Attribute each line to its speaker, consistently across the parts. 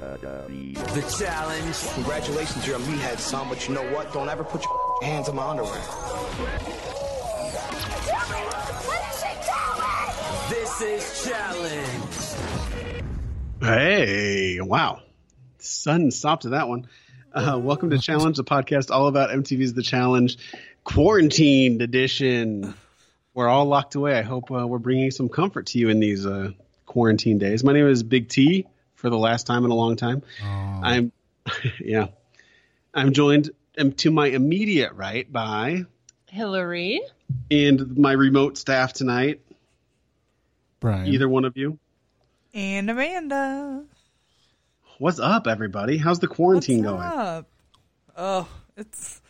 Speaker 1: The challenge.
Speaker 2: Congratulations, you're a meathead, son, but you know what? Don't ever put your hands on my underwear.
Speaker 3: What is she doing?
Speaker 1: This is challenge.
Speaker 4: Hey, wow. Sudden stop to that one. Uh, welcome to Challenge, the podcast all about MTV's The Challenge Quarantined Edition. We're all locked away. I hope uh, we're bringing some comfort to you in these uh, quarantine days. My name is Big T for the last time in a long time. I'm, yeah, I'm joined um, to my immediate right by
Speaker 5: Hillary.
Speaker 4: and my remote staff tonight.
Speaker 6: Brian.
Speaker 4: Either one of you.
Speaker 7: And Amanda.
Speaker 4: What's up, everybody? How's the quarantine
Speaker 7: What's
Speaker 4: going?
Speaker 7: up? Oh, it's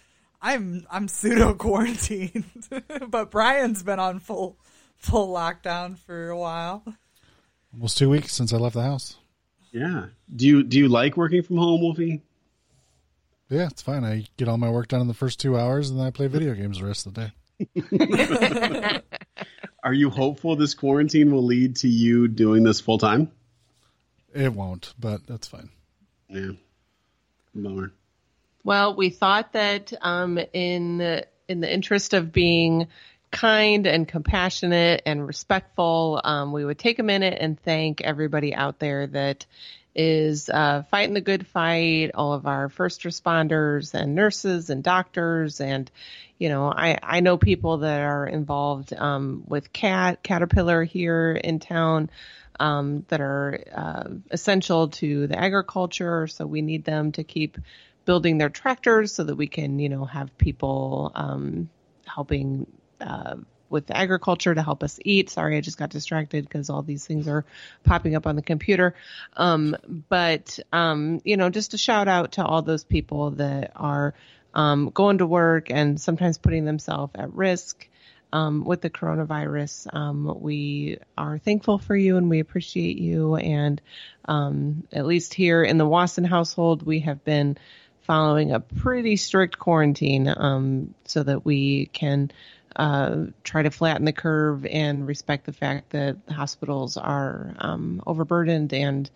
Speaker 7: I'm I'm pseudo quarantined, but Brian's been on full full lockdown for a while.
Speaker 6: Almost two weeks since I left the house.
Speaker 4: Yeah. Do you do you like working from home, Wolfie?
Speaker 6: Yeah, it's fine. I get all my work done in the first two hours, and then I play video games the rest of the day.
Speaker 4: Are you hopeful this quarantine will lead to you doing this full time?
Speaker 6: It won't, but that's fine.
Speaker 4: Yeah. Bummer.
Speaker 5: Well, we thought that um, in in the interest of being kind and compassionate and respectful, um, we would take a minute and thank everybody out there that is uh, fighting the good fight. All of our first responders and nurses and doctors, and you know, I I know people that are involved um, with Cat Caterpillar here in town um, that are uh, essential to the agriculture. So we need them to keep building their tractors so that we can, you know, have people um, helping uh, with agriculture to help us eat. Sorry, I just got distracted because all these things are popping up on the computer. Um, but um, you know, just a shout out to all those people that are um, going to work and sometimes putting themselves at risk um, with the coronavirus. Um, we are thankful for you and we appreciate you. And um, at least here in the Wasson household, we have been following a pretty strict quarantine um, so that we can uh, try to flatten the curve and respect the fact that the hospitals are um, overburdened and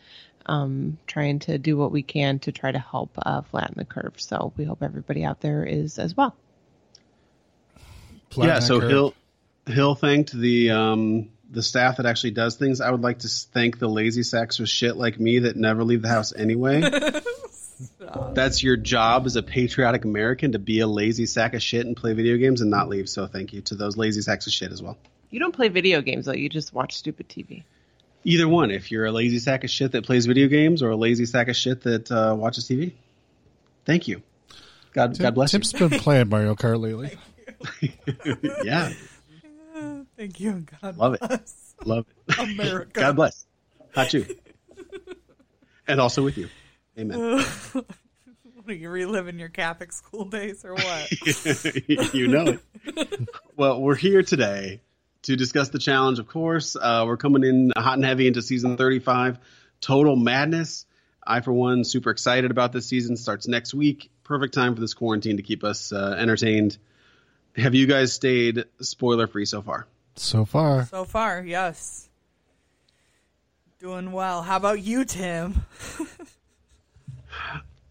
Speaker 5: um, trying to do what we can to try to help uh, flatten the curve. So we hope everybody out there is as well.
Speaker 6: Flatten
Speaker 4: yeah.
Speaker 6: that
Speaker 4: So
Speaker 6: curve.
Speaker 4: Hill Hill thanked the um the staff that actually does things. I would like to s- thank the lazy sacks of shit like me that never leave the house anyway. That's your job as a patriotic American to be a lazy sack of shit and play video games and not leave. So thank you to those lazy sacks of shit as well.
Speaker 5: You don't play video games though, you just watch stupid TV.
Speaker 4: Either one, if you're a lazy sack of shit that plays video games or a lazy sack of shit that uh, watches TV. Thank you. God,
Speaker 6: Tim,
Speaker 4: God bless
Speaker 6: Tim's been playing Mario Kart lately.
Speaker 4: you. yeah,
Speaker 7: Thank you, and God.
Speaker 4: Love it.
Speaker 7: bless
Speaker 4: love it.
Speaker 7: America.
Speaker 4: God bless. Not you. And also with you. Amen.
Speaker 7: What Are you reliving your Catholic school days or what?
Speaker 4: you know it. Well, we're here today to discuss the challenge, of course. Uh, we're coming in hot and heavy into season 35, Total Madness. I, for one, super excited about this season. Starts next week. Perfect time for this quarantine to keep us uh, entertained. Have you guys stayed spoiler free so far?
Speaker 6: So far,
Speaker 7: so far, yes. Doing well. How about you, Tim?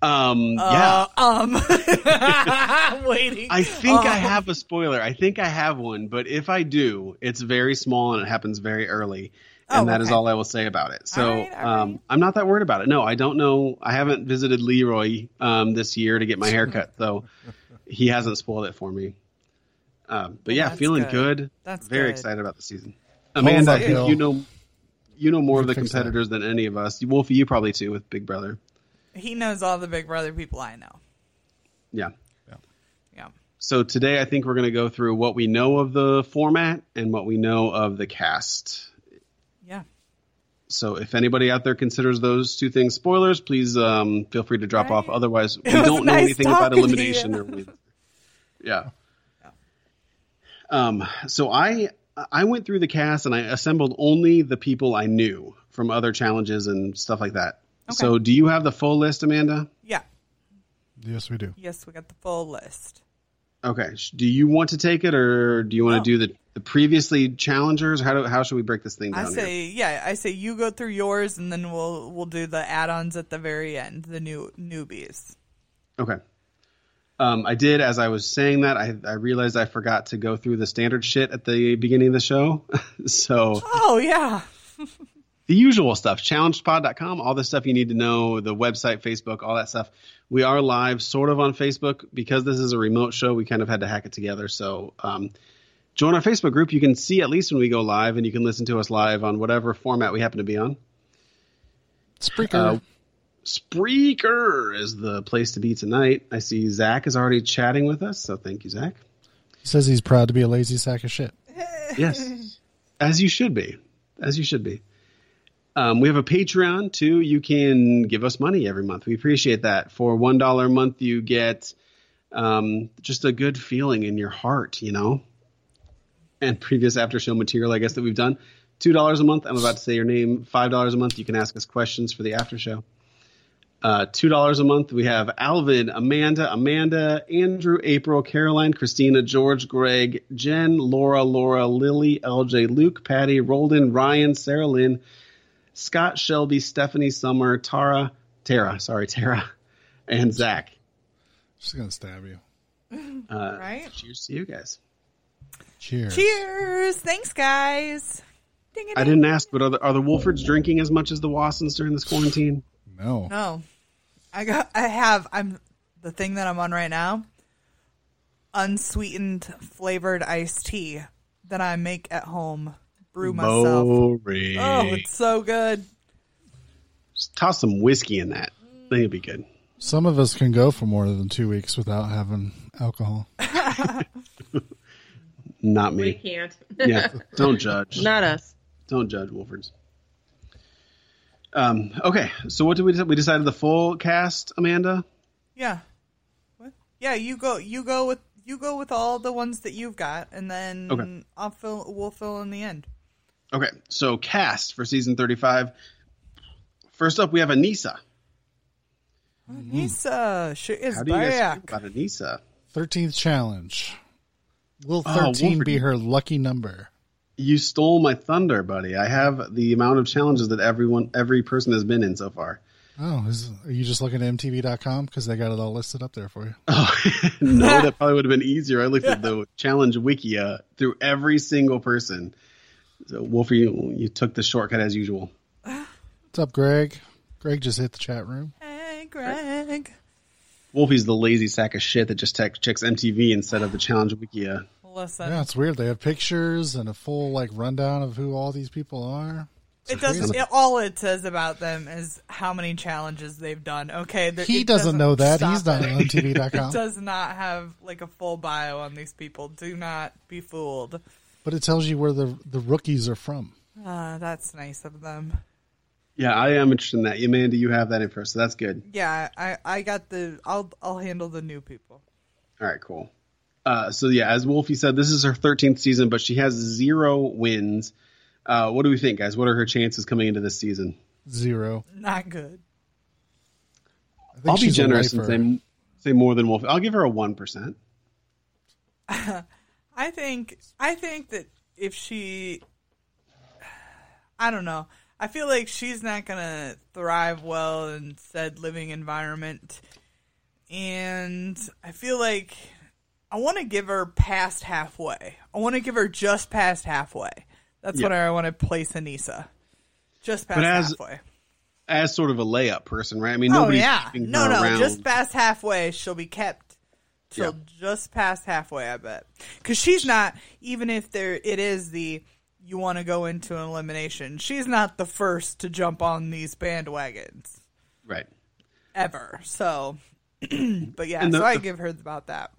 Speaker 4: Um, yeah.
Speaker 7: Um, I'm waiting.
Speaker 4: I think
Speaker 7: Oh.
Speaker 4: I have a spoiler. I think I have one, but if I do, it's very small and it happens very early. And
Speaker 7: Oh,
Speaker 4: that is
Speaker 7: okay.
Speaker 4: all I will say about it. So
Speaker 7: All right, all
Speaker 4: um,
Speaker 7: right.
Speaker 4: I'm not that worried about it. No, I don't know. I haven't visited Leroy um, this year to get my haircut, though he hasn't spoiled it for me. Um, but yeah,
Speaker 7: that's
Speaker 4: feeling
Speaker 7: good.
Speaker 4: good.
Speaker 7: That's
Speaker 4: very
Speaker 7: good.
Speaker 4: excited about the season. Amanda,
Speaker 6: that
Speaker 4: I think
Speaker 6: hill.
Speaker 4: you know you know more of
Speaker 6: can
Speaker 4: the
Speaker 6: fix that.
Speaker 4: competitors than any of us. Wolfie, you probably too with Big Brother.
Speaker 7: He knows all the Big Brother people I know.
Speaker 4: Yeah.
Speaker 7: Yeah.
Speaker 4: So today, I think we're going to go through what we know of the format and what we know of the cast.
Speaker 7: Yeah.
Speaker 4: So if anybody out there considers those two things spoilers, please um, feel free to drop off. Otherwise, we
Speaker 7: was
Speaker 4: don't know
Speaker 7: nice
Speaker 4: anything about
Speaker 7: talking to
Speaker 4: elimination
Speaker 7: you.
Speaker 4: or win. Yeah. Um, so I I went through the cast and I assembled only the people I knew from other challenges and stuff like that. So do you have the full list, Amanda?
Speaker 7: Yeah.
Speaker 6: yes, we do.
Speaker 7: Yes, we got the full list.
Speaker 4: Okay. Sh- Do you want to take it or do you want
Speaker 7: No.
Speaker 4: to do the the previously challengers? How do how should we break this thing
Speaker 7: I
Speaker 4: down? here?
Speaker 7: say, yeah, I say you go through yours, and then we'll we'll do the add-ons at the very end, the new newbies.
Speaker 4: Okay. Um, I did as I was saying that. I, I realized I forgot to go through the standard shit at the beginning of the show. so
Speaker 7: Oh yeah,
Speaker 4: the usual stuff challengedpod.com all the stuff you need to know the website facebook all that stuff we are live sort of on facebook because this is a remote show we kind of had to hack it together so um, join our facebook group you can see at least when we go live and you can listen to us live on whatever format we happen to be on Uh,
Speaker 6: Spreaker.
Speaker 4: spreaker is the place to be tonight i see zach is already chatting with us so thank you zach
Speaker 6: says he's proud to be a lazy sack of shit.
Speaker 4: yes as you should be as you should be um, we have a patreon too you can give us money every month we appreciate that for one dollar a month you get um, just a good feeling in your heart you know and previous after show material i guess that we've done two dollars a month i'm about to say your name five dollars a month you can ask us questions for the after show uh, two dollars a month. We have Alvin, Amanda, Amanda, Andrew, April, Caroline, Christina, George, Greg, Jen, Laura, Laura, Lily, LJ, Luke, Patty, Roldan, Ryan, Sarah Lynn, Scott, Shelby, Stephanie, Summer, Tara, Tara, sorry, Tara, and Zach.
Speaker 6: She's gonna stab you.
Speaker 7: right.
Speaker 4: Cheers to you guys.
Speaker 6: Cheers.
Speaker 7: Cheers! Thanks, guys. Ding it!
Speaker 4: I didn't ask, but are the, are the Wolfords drinking as much as the Wassons during this quarantine?
Speaker 6: No.
Speaker 7: No, I got. I have. I'm the thing that I'm on right now. Unsweetened flavored iced tea that I make at home, brew myself.
Speaker 4: Boring.
Speaker 7: Oh, it's so good.
Speaker 4: Just toss some whiskey in that. I think it'd be good.
Speaker 6: Some of us can go for more than two weeks without having alcohol.
Speaker 4: Not
Speaker 8: We
Speaker 4: me.
Speaker 8: can't.
Speaker 4: Yeah, don't judge.
Speaker 5: Not us.
Speaker 4: Don't judge Wolfords. Um, okay, so what did we decide? We decided the full cast, Amanda.
Speaker 7: Yeah. What? Yeah, you go. You go with. You go with all the ones that you've got, and then
Speaker 4: Okay.
Speaker 7: I'll fill. We'll fill in the end.
Speaker 4: Okay, so cast for season 35. First up, we have Anissa.
Speaker 7: Nisa, she is
Speaker 4: How do you guys feel
Speaker 7: back.
Speaker 4: about Anissa?
Speaker 6: Thirteenth challenge. Will
Speaker 4: Oh,
Speaker 6: thirteen
Speaker 4: Wolverine.
Speaker 6: be her lucky number?
Speaker 4: You stole my thunder, buddy. I have the amount of challenges that everyone, every person has been in so far.
Speaker 6: Oh, is, are you just looking at MTV.com because they got it all listed up there for you?
Speaker 4: no, that probably would have been easier. I looked at the challenge wikia through every single person. So Wolfie, you, you took the shortcut as usual.
Speaker 6: What's up, Greg? Greg just hit the chat room.
Speaker 7: Hey, Greg.
Speaker 4: Wolfie's the lazy sack of shit that just tech checks MTV instead of the challenge wikia.
Speaker 7: Listen,
Speaker 6: Yeah, it's weird. They have pictures and a full like rundown of who all these people are.
Speaker 7: it doesn't. It, all it says about them is how many challenges they've done. Okay, there-
Speaker 6: He
Speaker 7: it
Speaker 6: doesn't, know that.
Speaker 7: stop
Speaker 6: He's not
Speaker 7: it.
Speaker 6: on MTV.com.
Speaker 7: Does not have like a full bio on these people. Do not be fooled.
Speaker 6: but it tells you where the the rookies are from.
Speaker 7: Uh, that's nice of them.
Speaker 4: Yeah, I am interested in that. Amanda, you have that info, so that's good.
Speaker 7: Yeah, I, I got the. I'll I'll handle the new people.
Speaker 4: All right, cool. Uh, so yeah, as Wolfie said, this is her 13th season, but she has zero wins. Uh, what do we think, guys? What are her chances coming into this season?
Speaker 6: Zero.
Speaker 7: Not good.
Speaker 6: I think
Speaker 4: I'll be
Speaker 6: she's a
Speaker 4: generous and
Speaker 6: lifer.
Speaker 4: say, say more than Wolfie. I'll give her a one percent.
Speaker 7: I think I think that if she I don't know. I feel like she's not going to thrive well in said living environment. And I feel like I want to give her past halfway. I want to give her just past halfway. That's
Speaker 4: Yeah.
Speaker 7: what I want to place Anissa. Just past
Speaker 4: But as-
Speaker 7: halfway.
Speaker 4: As sort of a layup person, right? I mean,
Speaker 7: Oh
Speaker 4: nobody's
Speaker 7: yeah.
Speaker 4: keeping
Speaker 7: No,
Speaker 4: her
Speaker 7: no,
Speaker 4: around.
Speaker 7: just past halfway she'll be kept till
Speaker 4: Yeah.
Speaker 7: just past halfway, I bet. Cuz she's not even if there it is the you want to go into an elimination. She's not the first to jump on these bandwagons
Speaker 4: right.
Speaker 7: ever. So but yeah,
Speaker 4: And the-
Speaker 7: so I
Speaker 4: the-
Speaker 7: give her about that.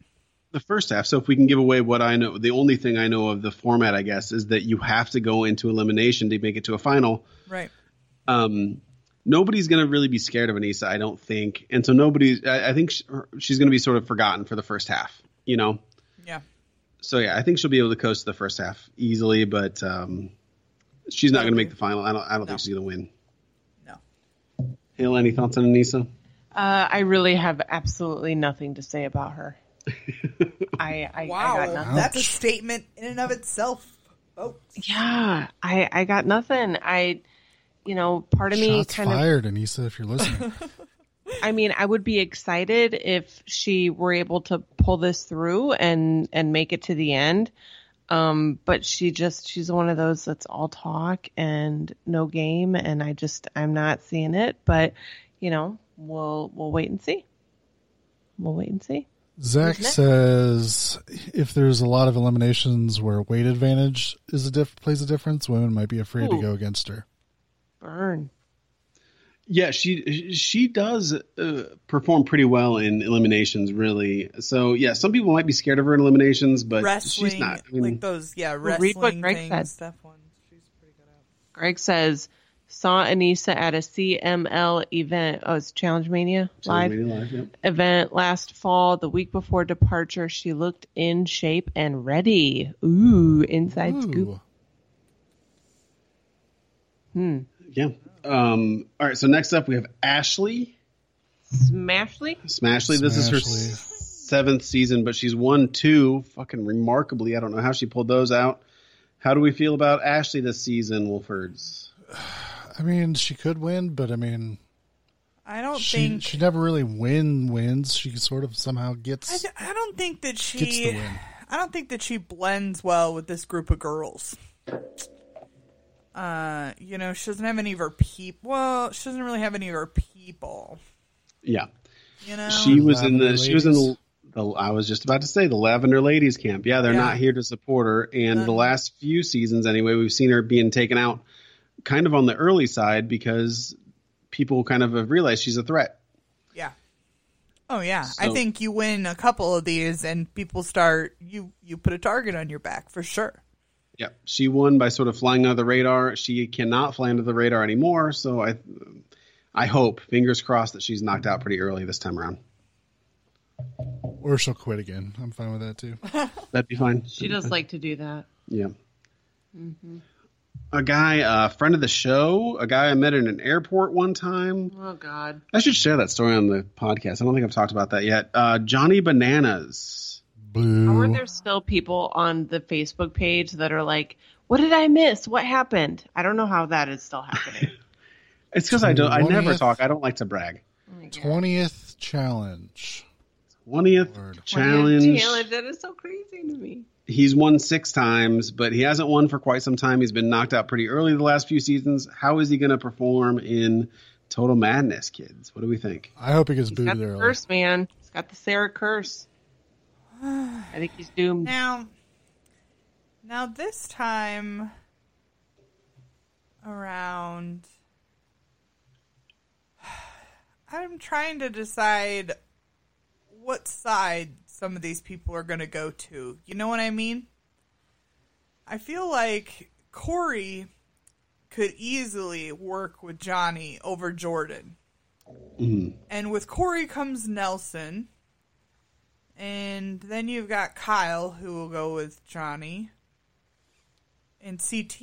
Speaker 4: the first half. So if we can give away what I know, the only thing I know of the format, I guess, is that you have to go into elimination to make it to a final.
Speaker 7: Right.
Speaker 4: Um, nobody's going to really be scared of Anissa, I don't think, and so nobody's. I, I think sh her- she's going to be sort of forgotten for the first half. You know,
Speaker 7: Yeah.
Speaker 4: so yeah, I think she'll be able to coast the first half easily, but um, she's not going to make the final. I don't. I don't think she's going to win.
Speaker 7: No.
Speaker 4: Hill, any thoughts on Anissa?
Speaker 5: Uh, I really have absolutely nothing to say about her. I, I, I got
Speaker 7: Wow,
Speaker 5: nothing.
Speaker 7: that's a statement in and of itself. Oh,
Speaker 5: Yeah, I, I got nothing. I, you know, part of me
Speaker 6: Shots
Speaker 5: kind of
Speaker 6: fired, Anissa, if you're listening.
Speaker 5: I mean, I would be excited if she were able to pull this through and and make it to the end. Um, but she just she's one of those that's all talk and no game, and I just I'm not seeing it. But you know, we'll we'll wait and see. We'll wait and see.
Speaker 6: Zach says if there's a lot of eliminations where weight advantage is a diff- plays a difference, women might be afraid to
Speaker 5: Ooh.
Speaker 6: go against her.
Speaker 5: Burn.
Speaker 4: Yeah, she she does uh, perform pretty well in eliminations, really. So yeah, some people might be scared of her in eliminations, but
Speaker 7: wrestling,
Speaker 4: she's not. I mean,
Speaker 7: like those, yeah,
Speaker 5: what
Speaker 7: wrestling
Speaker 5: Greg
Speaker 7: things.
Speaker 5: said.
Speaker 7: That one, she's pretty good at.
Speaker 5: Greg says saw Anissa at a CML event. Oh, it's Challenge Mania
Speaker 4: so
Speaker 5: live.
Speaker 4: maybe live, yeah.
Speaker 5: event last fall, the week before departure, she looked in shape and ready. Ooh, inside scoop.
Speaker 6: Ooh.
Speaker 4: Yeah. Um, all right. So next up, we have Ashley
Speaker 5: Smashly?
Speaker 4: Smashley. This is her
Speaker 6: Smashley.
Speaker 4: seventh season, but she's won two. Fucking remarkably, I don't know how she pulled those out. How do we feel about Ashley this season, Wolfords?
Speaker 6: I mean, she could win, but I mean,
Speaker 7: I don't
Speaker 6: she
Speaker 7: think
Speaker 6: she never really win wins. She sort of somehow
Speaker 7: I,
Speaker 6: gets
Speaker 7: d- I don't think that
Speaker 6: gets the
Speaker 7: she
Speaker 6: win.
Speaker 7: I don't think that she blends well with this group of girls. Uh, you know, she doesn't have any of her people. Well, she doesn't really have any of her people.
Speaker 4: Yeah,
Speaker 7: You know,
Speaker 4: she was in the
Speaker 6: Lavender
Speaker 4: she was in the,
Speaker 6: Ladies.
Speaker 4: the. I was just about to say the Lavender Ladies camp. Yeah, they're
Speaker 7: Yeah.
Speaker 4: not here to support her. And the last few seasons, anyway, we've seen her being taken out, kind of on the early side because people kind of have realized she's a threat.
Speaker 7: yeah. Oh yeah, I
Speaker 4: So-
Speaker 7: think you win a couple of these, and people start you you put a target on your back for sure.
Speaker 4: Yeah, she won by sort of flying under the radar. She cannot fly under the radar anymore. So I, I hope, fingers crossed, that she's knocked out pretty early this time around.
Speaker 6: or she'll quit again. I'm fine with that too.
Speaker 4: That'd be fine.
Speaker 5: She does like to do that.
Speaker 4: Yeah. A guy, a friend of the show, a guy I met in an airport one time.
Speaker 5: Oh, God.
Speaker 4: I should share that story on the podcast. I don't think I've talked about that yet. Uh, Johnny Bananas.
Speaker 5: Aren't
Speaker 6: Boo.
Speaker 5: there still people on the Facebook page that are like, what did I miss? What happened? I don't know how that is still happening.
Speaker 4: It's because I don't. I never
Speaker 6: 20th.
Speaker 4: talk. I don't like to brag.
Speaker 6: Twentieth challenge.
Speaker 4: Twentieth
Speaker 6: Word.
Speaker 4: challenge.
Speaker 5: Challenge. That is so crazy to me.
Speaker 4: He's won six times, but he hasn't won for quite some time. He's been knocked out pretty early the last few seasons. How is he going to perform in Total Madness, kids? What do we think?
Speaker 6: I hope it gets
Speaker 5: He's got
Speaker 6: booted
Speaker 5: the
Speaker 6: early.
Speaker 5: curse, man. He's got the Sarah curse. I think he's doomed.
Speaker 7: Now, now this time around, I'm trying to decide what side some of these people are going to go to. You know what I mean? I feel like Corey could easily work with Johnny over Jordan. And with Corey comes Nelson. And then you've got Kyle, who will go with Johnny. And CT,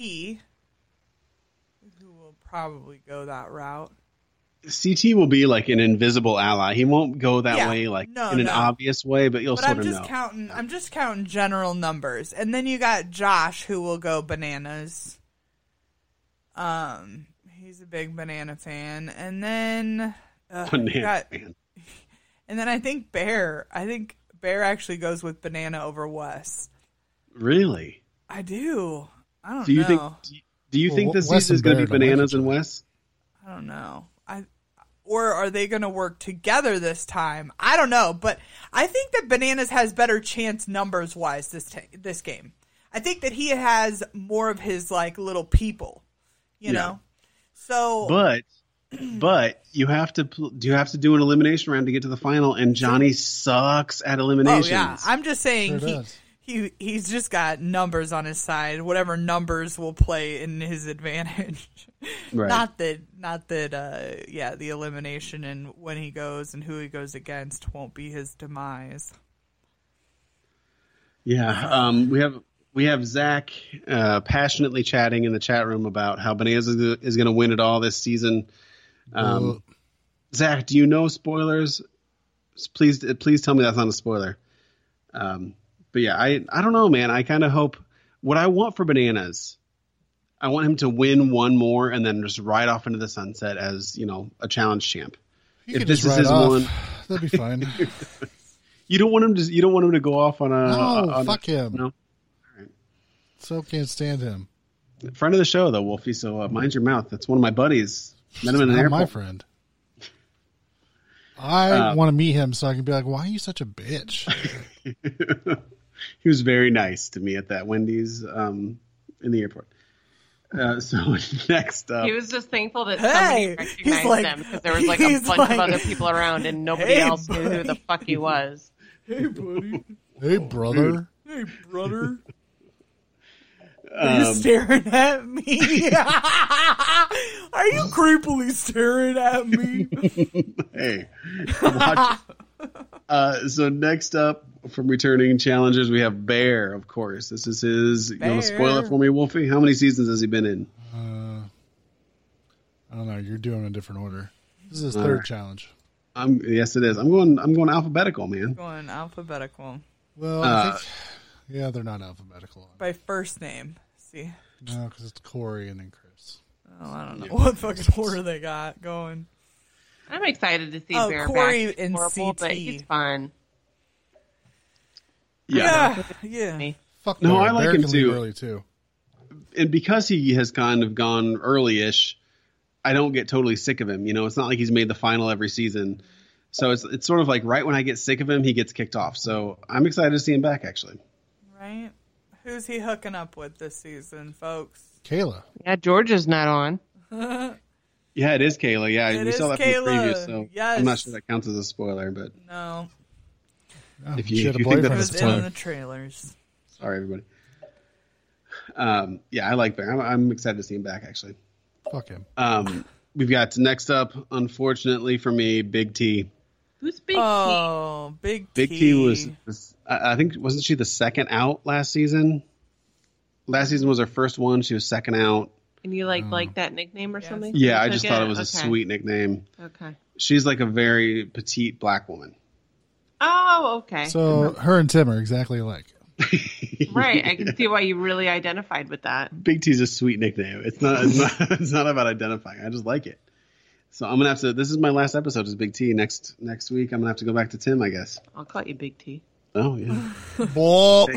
Speaker 7: who will probably go that route.
Speaker 4: CT will be like an invisible ally. He won't go that
Speaker 7: Yeah.
Speaker 4: way, like
Speaker 7: No,
Speaker 4: in an
Speaker 7: no.
Speaker 4: obvious way, but you'll
Speaker 7: But
Speaker 4: sort
Speaker 7: I'm
Speaker 4: of
Speaker 7: just
Speaker 4: know.
Speaker 7: counting. I'm just counting general numbers, and then you got Josh, who will go bananas. Um, he's a big banana fan, and then uh,
Speaker 4: Banana
Speaker 7: got,
Speaker 4: man.
Speaker 7: and then I think Bear. I think Bear actually goes with banana over Wes.
Speaker 4: Really?
Speaker 7: I do. I don't
Speaker 4: Do you
Speaker 7: know.
Speaker 4: think? Do you
Speaker 6: Well,
Speaker 4: think this
Speaker 6: Wes
Speaker 4: season
Speaker 6: and
Speaker 4: is going to
Speaker 6: Barrett
Speaker 4: be
Speaker 6: don't like
Speaker 4: bananas
Speaker 6: each
Speaker 4: and
Speaker 6: other.
Speaker 4: Wes?
Speaker 7: I don't know. I or are they going to work together this time? I don't know, but I think that Bananas has better chance numbers wise this ta- this game. I think that he has more of his like little people, you
Speaker 4: Yeah.
Speaker 7: know. So
Speaker 4: But but you have to pl- do you have to do an elimination round to get to the final, and Johnny sucks at
Speaker 7: oh
Speaker 4: eliminations.
Speaker 7: yeah, I'm just saying
Speaker 6: Sure
Speaker 7: he
Speaker 6: does.
Speaker 7: he he's just got numbers on his side. Whatever numbers will play in his advantage.
Speaker 4: Right.
Speaker 7: Not that not that uh yeah, the elimination and when he goes and who he goes against won't be his demise.
Speaker 4: Yeah, um, we have we have Zach uh, passionately chatting in the chat room about how Bananas is, is going to win it all this season. Um,
Speaker 6: Well,
Speaker 4: Zach, do you know spoilers? Please, please tell me that's not a spoiler. Um, but yeah, I I don't know, man. I kind of hope what I want for bananas. I want him to win one more and then just ride off into the sunset as you know a challenge champ.
Speaker 6: You
Speaker 4: If
Speaker 6: can
Speaker 4: this
Speaker 6: just
Speaker 4: is his
Speaker 6: ride off.
Speaker 4: one- Uh,
Speaker 6: that'd be fine.
Speaker 4: You don't want him to. You don't want him to go off on a.
Speaker 6: No,
Speaker 4: on a-
Speaker 6: fuck him.
Speaker 4: uh, No.
Speaker 6: so can't stand him.
Speaker 4: Friend of the show though, Wolfie. So uh, mind your mouth. That's one of my buddies. Met him in an
Speaker 6: Not
Speaker 4: airport. Uh,
Speaker 6: my friend. I want to meet him so I can be like, why are you such a bitch?
Speaker 4: he was very nice to me at that Wendy's um, in the airport. Uh, so next up,
Speaker 5: He was just thankful that
Speaker 7: Hey,
Speaker 5: somebody
Speaker 7: he's
Speaker 5: recognized
Speaker 7: like-
Speaker 5: him because there was like a
Speaker 7: he's
Speaker 5: bunch
Speaker 7: like,
Speaker 5: of other people around and nobody
Speaker 7: "Hey,
Speaker 5: else knew who the
Speaker 7: buddy."
Speaker 5: fuck he was.
Speaker 7: Hey, buddy.
Speaker 6: hey, brother.
Speaker 7: Hey, brother. Are
Speaker 6: Um,
Speaker 7: you staring at me? Are you creepily staring at me?
Speaker 4: hey, watch. uh, so next up from returning challengers, we have Bear. Of course, this is his. You want to spoil it
Speaker 7: Bear.
Speaker 4: for me, Wolfie? How many seasons has he been in?
Speaker 6: I don't know. You're doing a different order. This is his third challenge.
Speaker 4: I'm Um, yes, it is. I'm going. I'm going alphabetical, man.
Speaker 7: Going alphabetical
Speaker 6: Well,
Speaker 4: Uh,
Speaker 6: I think, yeah, they're not alphabetical.
Speaker 7: by first name. See,
Speaker 6: No, because it's Corey and then Chris.
Speaker 7: oh, I don't know what fucking order they got going.
Speaker 5: I'm excited to see
Speaker 7: Oh,
Speaker 5: Bear
Speaker 7: Corey
Speaker 5: back. He's
Speaker 7: and
Speaker 5: horrible, but
Speaker 7: CT.
Speaker 5: he's fun.
Speaker 7: Yeah, yeah.
Speaker 6: Fuck
Speaker 4: No,
Speaker 6: Bear.
Speaker 4: I like
Speaker 6: Bear
Speaker 4: him
Speaker 6: can leave
Speaker 4: too.
Speaker 6: Early too.
Speaker 4: and because he has kind of gone early-ish, I don't get totally sick of him. You know, it's not like he's made the final every season. So it's it's sort of like right when I get sick of him, he gets kicked off. So I'm excited to see him back. Actually,
Speaker 7: Right? Who's he hooking up with this season, folks?
Speaker 6: Kayla.
Speaker 5: Yeah, Georgia's not on.
Speaker 4: yeah, it is Kayla. Yeah,
Speaker 7: It
Speaker 4: we saw
Speaker 7: is
Speaker 4: that from the
Speaker 7: Kayla.
Speaker 4: previous. So
Speaker 7: Yes.
Speaker 4: I'm not sure that counts as a spoiler, but
Speaker 7: No,
Speaker 6: Oh,
Speaker 4: If you-
Speaker 6: she had a
Speaker 4: if you think
Speaker 7: it
Speaker 6: boyfriend at
Speaker 4: that's
Speaker 7: was
Speaker 6: the
Speaker 7: in
Speaker 6: time.
Speaker 7: the trailers.
Speaker 4: sorry everybody. Um, yeah, I like Bear. I'm, I'm excited to see him back. Actually,
Speaker 6: Fuck him.
Speaker 4: um, we've got next up. Unfortunately for me, Big T.
Speaker 5: Who's Big T?
Speaker 7: Oh, Big T.
Speaker 4: Big T was, was- I I think, wasn't she the second out last season? Last season was her first one. She was second out.
Speaker 5: And you like like that nickname or something?
Speaker 4: Oh. Yeah, I
Speaker 5: You
Speaker 4: just
Speaker 5: took
Speaker 4: thought it was a
Speaker 5: Okay.
Speaker 4: sweet nickname.
Speaker 5: Okay.
Speaker 4: She's like a very petite black woman.
Speaker 5: Oh, okay.
Speaker 6: So her and Tim are exactly alike.
Speaker 5: right, I can see why you really identified with that.
Speaker 4: Big T's a sweet nickname. It's not. It's not, it's not about identifying. I just like it. So I'm gonna have to. This is my last episode. Is Big T next next week? I'm gonna have to go back to Tim, I guess.
Speaker 5: I'll call you Big T.
Speaker 4: Oh yeah,
Speaker 6: Bull.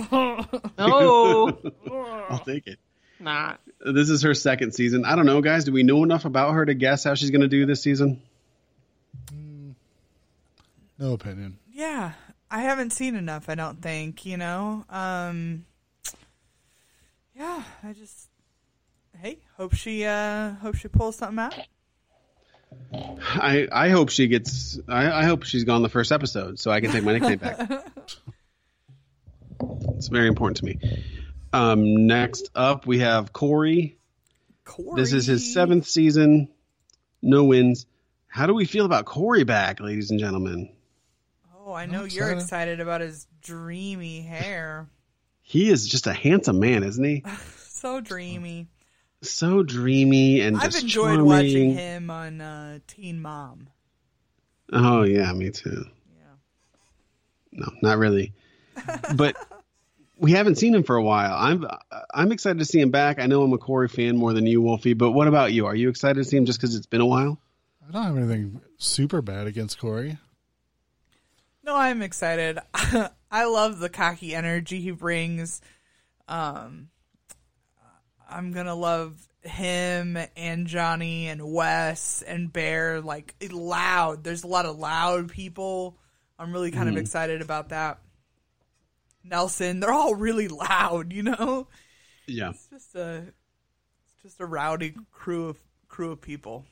Speaker 5: No,
Speaker 4: I'll take it.
Speaker 5: not.
Speaker 4: This is her second season. I don't know, guys. Do we know enough about her to guess how she's gonna do this season?
Speaker 6: No opinion.
Speaker 7: Yeah, I haven't seen enough. I don't think you know. Um, yeah, I just hey, hope she uh hope she pulls something out.
Speaker 4: I, I hope she gets. I, I hope she's gone the first episode so I can take my nickname back. It's very important to me. Um, next up, we have Corey.
Speaker 7: Corey.
Speaker 4: This is his seventh season. No wins. How do we feel about Corey back, ladies and gentlemen?
Speaker 7: Oh, I know you're
Speaker 6: excited.
Speaker 7: excited about his dreamy hair.
Speaker 4: He is just a handsome man, isn't he?
Speaker 7: So dreamy.
Speaker 4: So dreamy and
Speaker 7: I've
Speaker 4: just
Speaker 7: enjoyed
Speaker 4: charming.
Speaker 7: watching him on uh, Teen Mom.
Speaker 4: Oh yeah, me too. No, not really. But we haven't seen him for a while. I'm I'm excited to see him back. I know I'm a Corey fan more than you, Wolfie. But what about you? Are you excited to see him just because it's been a while?
Speaker 6: I don't have anything super bad against Corey.
Speaker 7: No, I'm excited. I love the cocky energy he brings. Um, I'm gonna love him and Johnny and Wes and Bear. Like loud. There's a lot of loud people. I'm really kind
Speaker 4: Mm-hmm.
Speaker 7: of excited about that. Nelson, they're all really loud. You know,
Speaker 4: Yeah,
Speaker 7: it's just a, it's just a rowdy crew of crew of people.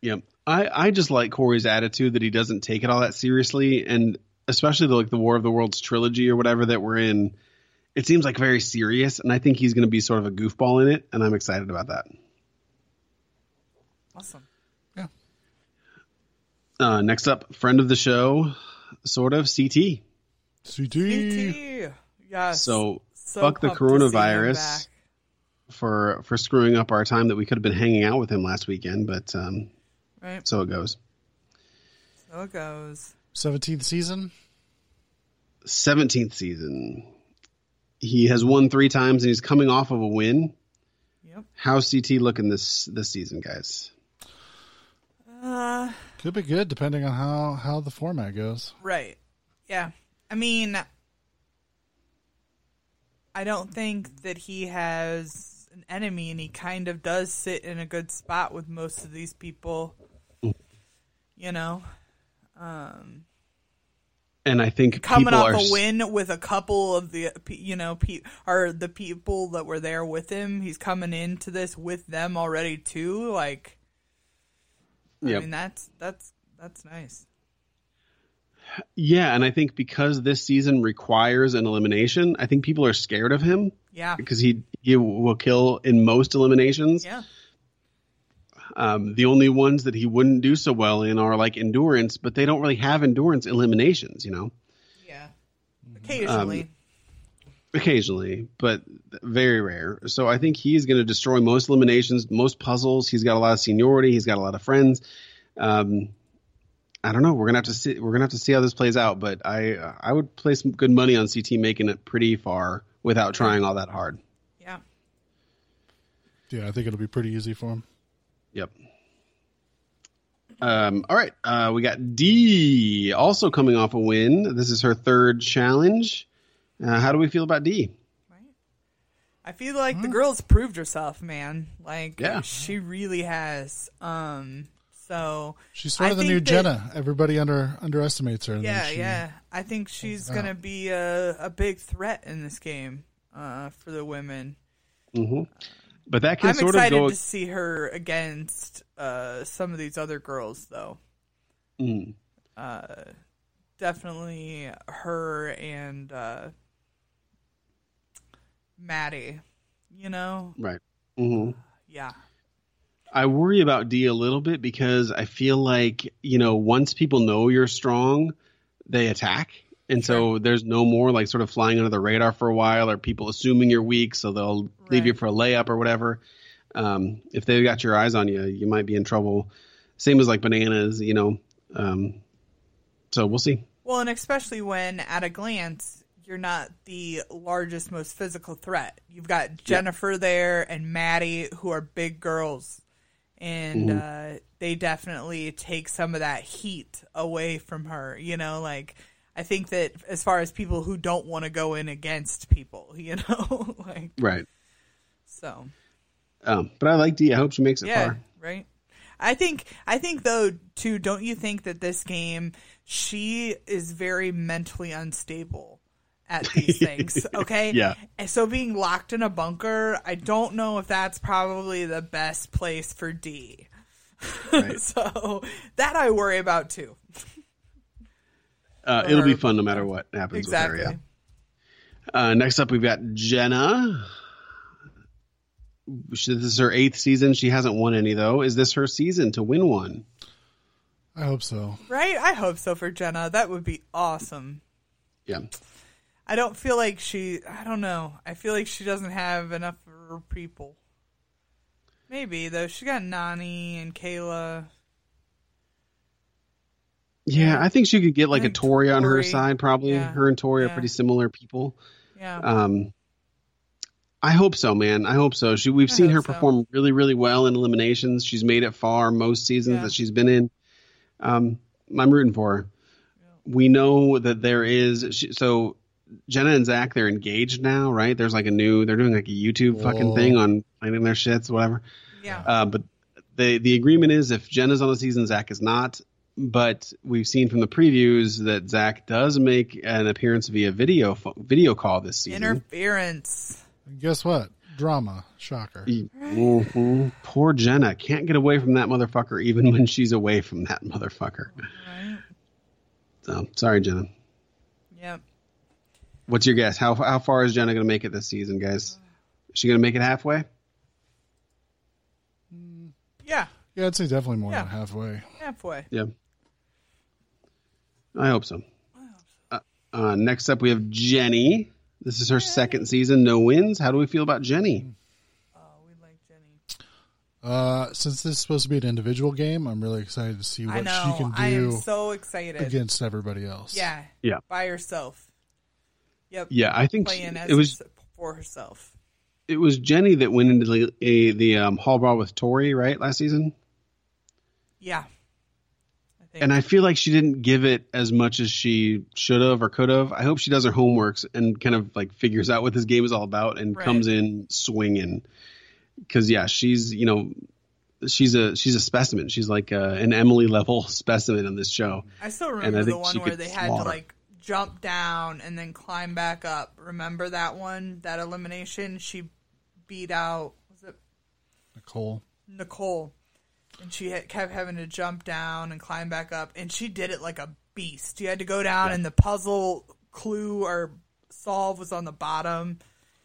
Speaker 4: yeah. I I just like Corey's attitude that he doesn't take it all that seriously, and especially the, like the War of the Worlds trilogy or whatever that we're in. It seems like very serious, and I think he's going to be sort of a goofball in it, and I'm excited about that.
Speaker 7: Awesome.
Speaker 6: Yeah.
Speaker 4: Uh, next up, friend of the show, sort of CT.
Speaker 6: CT.
Speaker 7: PT. Yes.
Speaker 4: Mm. So,
Speaker 7: So
Speaker 4: fuck the
Speaker 7: pumped to see him
Speaker 4: coronavirus
Speaker 7: back.
Speaker 4: for for screwing up our time that we could have been hanging out with him last weekend, but um,
Speaker 7: Right.
Speaker 4: so it goes.
Speaker 7: So it goes.
Speaker 6: Seventeenth season.
Speaker 4: 17th season. He has won three times and he's coming off of a win.
Speaker 7: Yep.
Speaker 4: How's CT looking this this season, guys?
Speaker 7: Uh,
Speaker 6: Could be good depending on how how the format goes.
Speaker 7: right. Yeah. I mean, I don't think that he has an enemy, and he kind of does sit in a good spot with most of these people. You know,
Speaker 4: And I think
Speaker 7: coming
Speaker 4: people
Speaker 7: off
Speaker 4: are
Speaker 7: a
Speaker 4: s-
Speaker 7: win with a couple of the pe- you know pe- are the people that were there with him. He's coming into this with them already too. Like, I
Speaker 4: Yep.
Speaker 7: mean, that's that's that's nice.
Speaker 4: Yeah, and I think because this season requires an elimination, I think people are scared of him
Speaker 7: Yeah,
Speaker 4: because he he will kill in most eliminations.
Speaker 7: yeah,
Speaker 4: Um, the only ones that he wouldn't do so well in are like endurance, but they don't really have endurance eliminations, you know,
Speaker 7: yeah. Occasionally,
Speaker 4: Um, occasionally, but very rare. So I think he's going to destroy most eliminations, most puzzles. He's got a lot of seniority. He's got a lot of friends. Um, I don't know. We're gonna have to see. We're gonna have to see how this plays out. But I, I would place some good money on CT making it pretty far without trying all that hard.
Speaker 7: yeah.
Speaker 6: Yeah, I think it'll be pretty easy for him.
Speaker 4: Yep. Um, all right. Uh, we got D also coming off a win. This is her third challenge. Uh, how do we feel about D?
Speaker 7: I feel like
Speaker 6: Hmm.
Speaker 7: the girl's proved herself, man. Like,
Speaker 4: Yeah.
Speaker 7: she really has. Um, so
Speaker 6: She's sort
Speaker 7: I
Speaker 6: of the
Speaker 7: think
Speaker 6: new
Speaker 7: that-
Speaker 6: Jenna. Everybody under underestimates her. and then
Speaker 7: Yeah,
Speaker 6: she-
Speaker 7: yeah. I think she's gonna be a, a big threat in this game uh, for the women.
Speaker 4: But that can
Speaker 7: I'm
Speaker 4: sort of
Speaker 7: excited
Speaker 4: go.
Speaker 7: to see her against uh, some of these other girls, though.
Speaker 4: Mm.
Speaker 7: Uh, definitely her and uh, Maddie. You know,
Speaker 4: Right. hmm
Speaker 7: yeah,
Speaker 4: I worry about D a little bit because I feel like you know once people know you're strong, they attack, and so there's no more like sort of flying under the radar for a while or people assuming you're weak, so they'll leave you
Speaker 7: Right.
Speaker 4: for a layup or whatever. Um, if they've got your eyes on you, you might be in trouble. Same as like bananas, you know. Um, so we'll see.
Speaker 7: Well, and especially when at a glance you're not the largest, most physical threat. You've got Jennifer there and Maddie, who are big girls, and uh, they definitely take some of that heat away from her. You know, like I think that as far as people who don't want to go in against people, you know, like
Speaker 4: Right.
Speaker 7: so
Speaker 4: Um, but I like D. I hope she makes it
Speaker 7: yeah,
Speaker 4: far.
Speaker 7: right. I think I think though too. Don't you think that this game she is very mentally unstable at these things? Okay,
Speaker 4: Yeah.
Speaker 7: And so being locked in a bunker, I don't know if that's probably the best place for D.
Speaker 4: Right.
Speaker 7: So that I worry about too.
Speaker 4: Uh, it'll be
Speaker 7: Or-
Speaker 4: fun no matter what happens
Speaker 7: Exactly.
Speaker 4: with her. Yeah. Uh, next up, we've got Jenna. She- This is her eighth season. She hasn't won any though. Is this her season to win one?
Speaker 6: I hope so.
Speaker 7: Right. I hope so for Jenna. That would be awesome.
Speaker 4: Yeah,
Speaker 7: I don't feel like she. I don't know. I feel like she doesn't have enough of her people. Maybe though. She got Nani and Kayla.
Speaker 4: yeah. I think she could get like
Speaker 7: I
Speaker 4: a
Speaker 7: think
Speaker 4: Tori on her
Speaker 7: Tori,
Speaker 4: side. Probably
Speaker 7: yeah,
Speaker 4: her and Tori are
Speaker 7: yeah.
Speaker 4: pretty similar people.
Speaker 7: Yeah.
Speaker 4: Um, I hope so, man. I hope so. She we've
Speaker 7: I
Speaker 4: seen her
Speaker 7: hope so.
Speaker 4: perform really, really well in eliminations. She's made it far most seasons
Speaker 7: Yeah.
Speaker 4: that she's been in. Um, I'm rooting for her. We know that there is she, so Jenna and Zach they're engaged now, right? There's like a new they're doing like a YouTube fucking
Speaker 6: Whoa.
Speaker 4: thing on planning their shits, whatever.
Speaker 7: yeah.
Speaker 4: Uh, but the the agreement is if Jenna's on the season, Zach is not. But we've seen from the previews that Zach does make an appearance via video pho- video call this season.
Speaker 7: Interference.
Speaker 6: And guess what? Drama. Shocker.
Speaker 4: Mhm. Poor Jenna can't get away from that motherfucker, even when she's away from that motherfucker. So sorry, Jenna.
Speaker 7: Yep.
Speaker 4: What's your guess? How how far is Jenna going to make it this season, guys? Is she going to make it halfway?
Speaker 7: Yeah.
Speaker 6: Yeah, I'd say definitely more than
Speaker 7: Yeah.
Speaker 6: halfway.
Speaker 7: Halfway.
Speaker 4: Yeah. I hope so. Uh, uh, next up, we have Jenny. This is her second season, no wins. How do we feel about Jenny?
Speaker 7: Oh, we like Jenny.
Speaker 6: Uh, since this is supposed to be an individual game, I'm really excited to see
Speaker 7: I
Speaker 6: what she
Speaker 7: know.
Speaker 6: can
Speaker 7: I am
Speaker 6: do
Speaker 7: so excited.
Speaker 6: against everybody else.
Speaker 7: Yeah.
Speaker 4: Yeah.
Speaker 7: By herself. Yep.
Speaker 4: Yeah, I think
Speaker 7: Playing as
Speaker 4: it was
Speaker 7: hers- for herself.
Speaker 4: it was Jenny that went into the a, the um, hall brawl with Tori right last season,
Speaker 7: Yeah. I think.
Speaker 4: and I feel like she didn't give it as much as she should have or could have. I hope she does her homeworks and kind of like figures out what this game is all about and
Speaker 7: Right.
Speaker 4: comes in swinging. Because yeah, she's you know she's a she's a specimen. She's like uh, an Emily level specimen on this show.
Speaker 7: I still
Speaker 4: I
Speaker 7: remember the
Speaker 4: think
Speaker 7: one
Speaker 4: she
Speaker 7: where
Speaker 4: could
Speaker 7: they had to
Speaker 4: slaughter.
Speaker 7: like jump down and then climb back up. Remember that one? That elimination? She beat out was it
Speaker 6: Nicole.
Speaker 7: Nicole, and she had, kept having to jump down and climb back up, and she did it like a beast. You had to go down, and the puzzle clue or solve was on the bottom,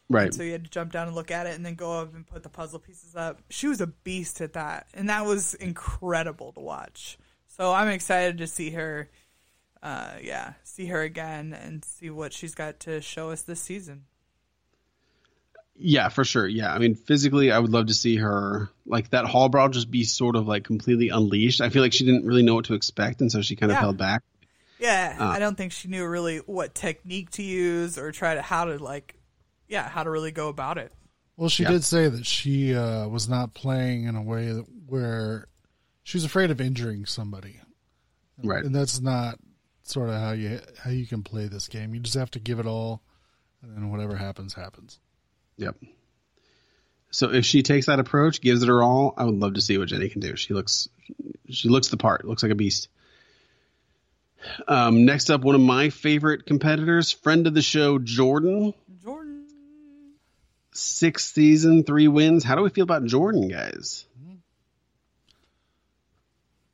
Speaker 4: Right.
Speaker 7: so you had to jump down and look at it, and then go up and put the puzzle pieces up. She was a beast at that, and that was incredible to watch. So I'm excited to see her, uh, yeah, see her again and see what she's got to show us this season.
Speaker 4: Yeah, for sure. Yeah, I mean, physically, I would love to see her like that hall brawl just be sort of like completely unleashed. I feel like she didn't really know what to expect, and so she kind of
Speaker 7: Yeah.
Speaker 4: held back.
Speaker 7: Yeah, I don't think she knew really what technique to use or try to how to like, yeah, how to really go about it.
Speaker 6: Well, she
Speaker 4: Yeah.
Speaker 6: did say that she uh, was not playing in a way that, where she was afraid of injuring somebody,
Speaker 4: Right.
Speaker 6: and that's not sort of how you how you can play this game. You just have to give it all, and then whatever happens, happens.
Speaker 4: Yep. So if she takes that approach, gives it her all, I would love to see what Jenny can do. She looks, she looks the part. Looks like a beast. Um, next up, one of my favorite competitors, friend of the show, Jordan.
Speaker 7: Jordan,
Speaker 4: Six season, three wins. How do we feel about Jordan, guys?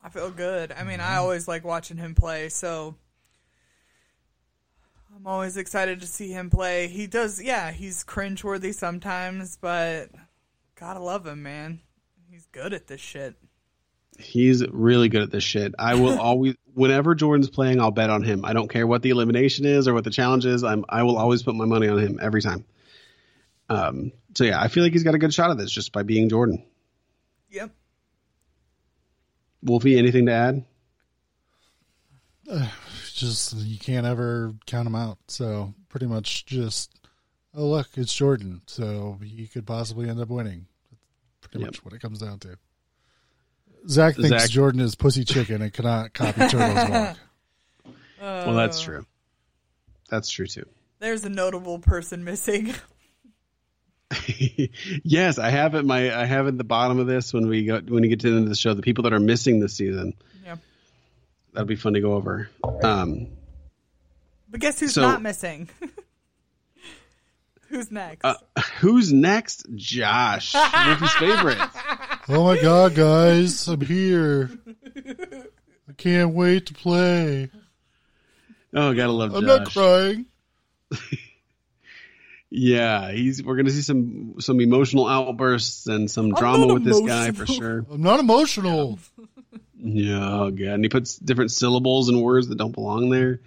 Speaker 7: I feel good. I mean, I always like watching him play, so I'm always excited to see him play. He does, yeah, he's cringeworthy sometimes, but gotta love him, man. He's good at this shit.
Speaker 4: He's really good at this shit. I will always, whenever Jordan's playing, I'll bet on him. I don't care what the elimination is or what the challenge is. I'm, I will always put my money on him every time. Um, so yeah, I feel like he's got a good shot at this just by being Jordan.
Speaker 7: Yep.
Speaker 4: Wolfie, anything to add?
Speaker 6: It's just you can't ever count them out. So pretty much just, oh look, it's Jordan. So he could possibly end up winning. That's pretty
Speaker 4: Yep.
Speaker 6: much what it comes down to. Zach thinks
Speaker 4: Zach-
Speaker 6: Jordan is pussy chicken and cannot copy Turtle's walk.
Speaker 4: well, that's true. That's true too.
Speaker 7: There's a notable person missing.
Speaker 4: yes, I have at my I have at the bottom of this when we go when we get to the end of the show the people that are missing this season.
Speaker 7: yeah.
Speaker 4: That'd be fun to go over. Um,
Speaker 7: But guess who's
Speaker 4: So-
Speaker 7: not missing? who's next?
Speaker 4: Uh, who's next? Josh, Wolfie's favorite.
Speaker 6: Oh my god, guys, I'm here. I can't wait to play.
Speaker 4: Oh, gotta love
Speaker 6: I'm
Speaker 4: Josh.
Speaker 6: not crying.
Speaker 4: Yeah, he's we're gonna see some some emotional outbursts and some drama
Speaker 7: not
Speaker 4: with this guy for
Speaker 7: emotional.
Speaker 4: sure.
Speaker 6: I'm not emotional.
Speaker 4: Yeah, oh, good. And he puts different syllables and words that don't belong there.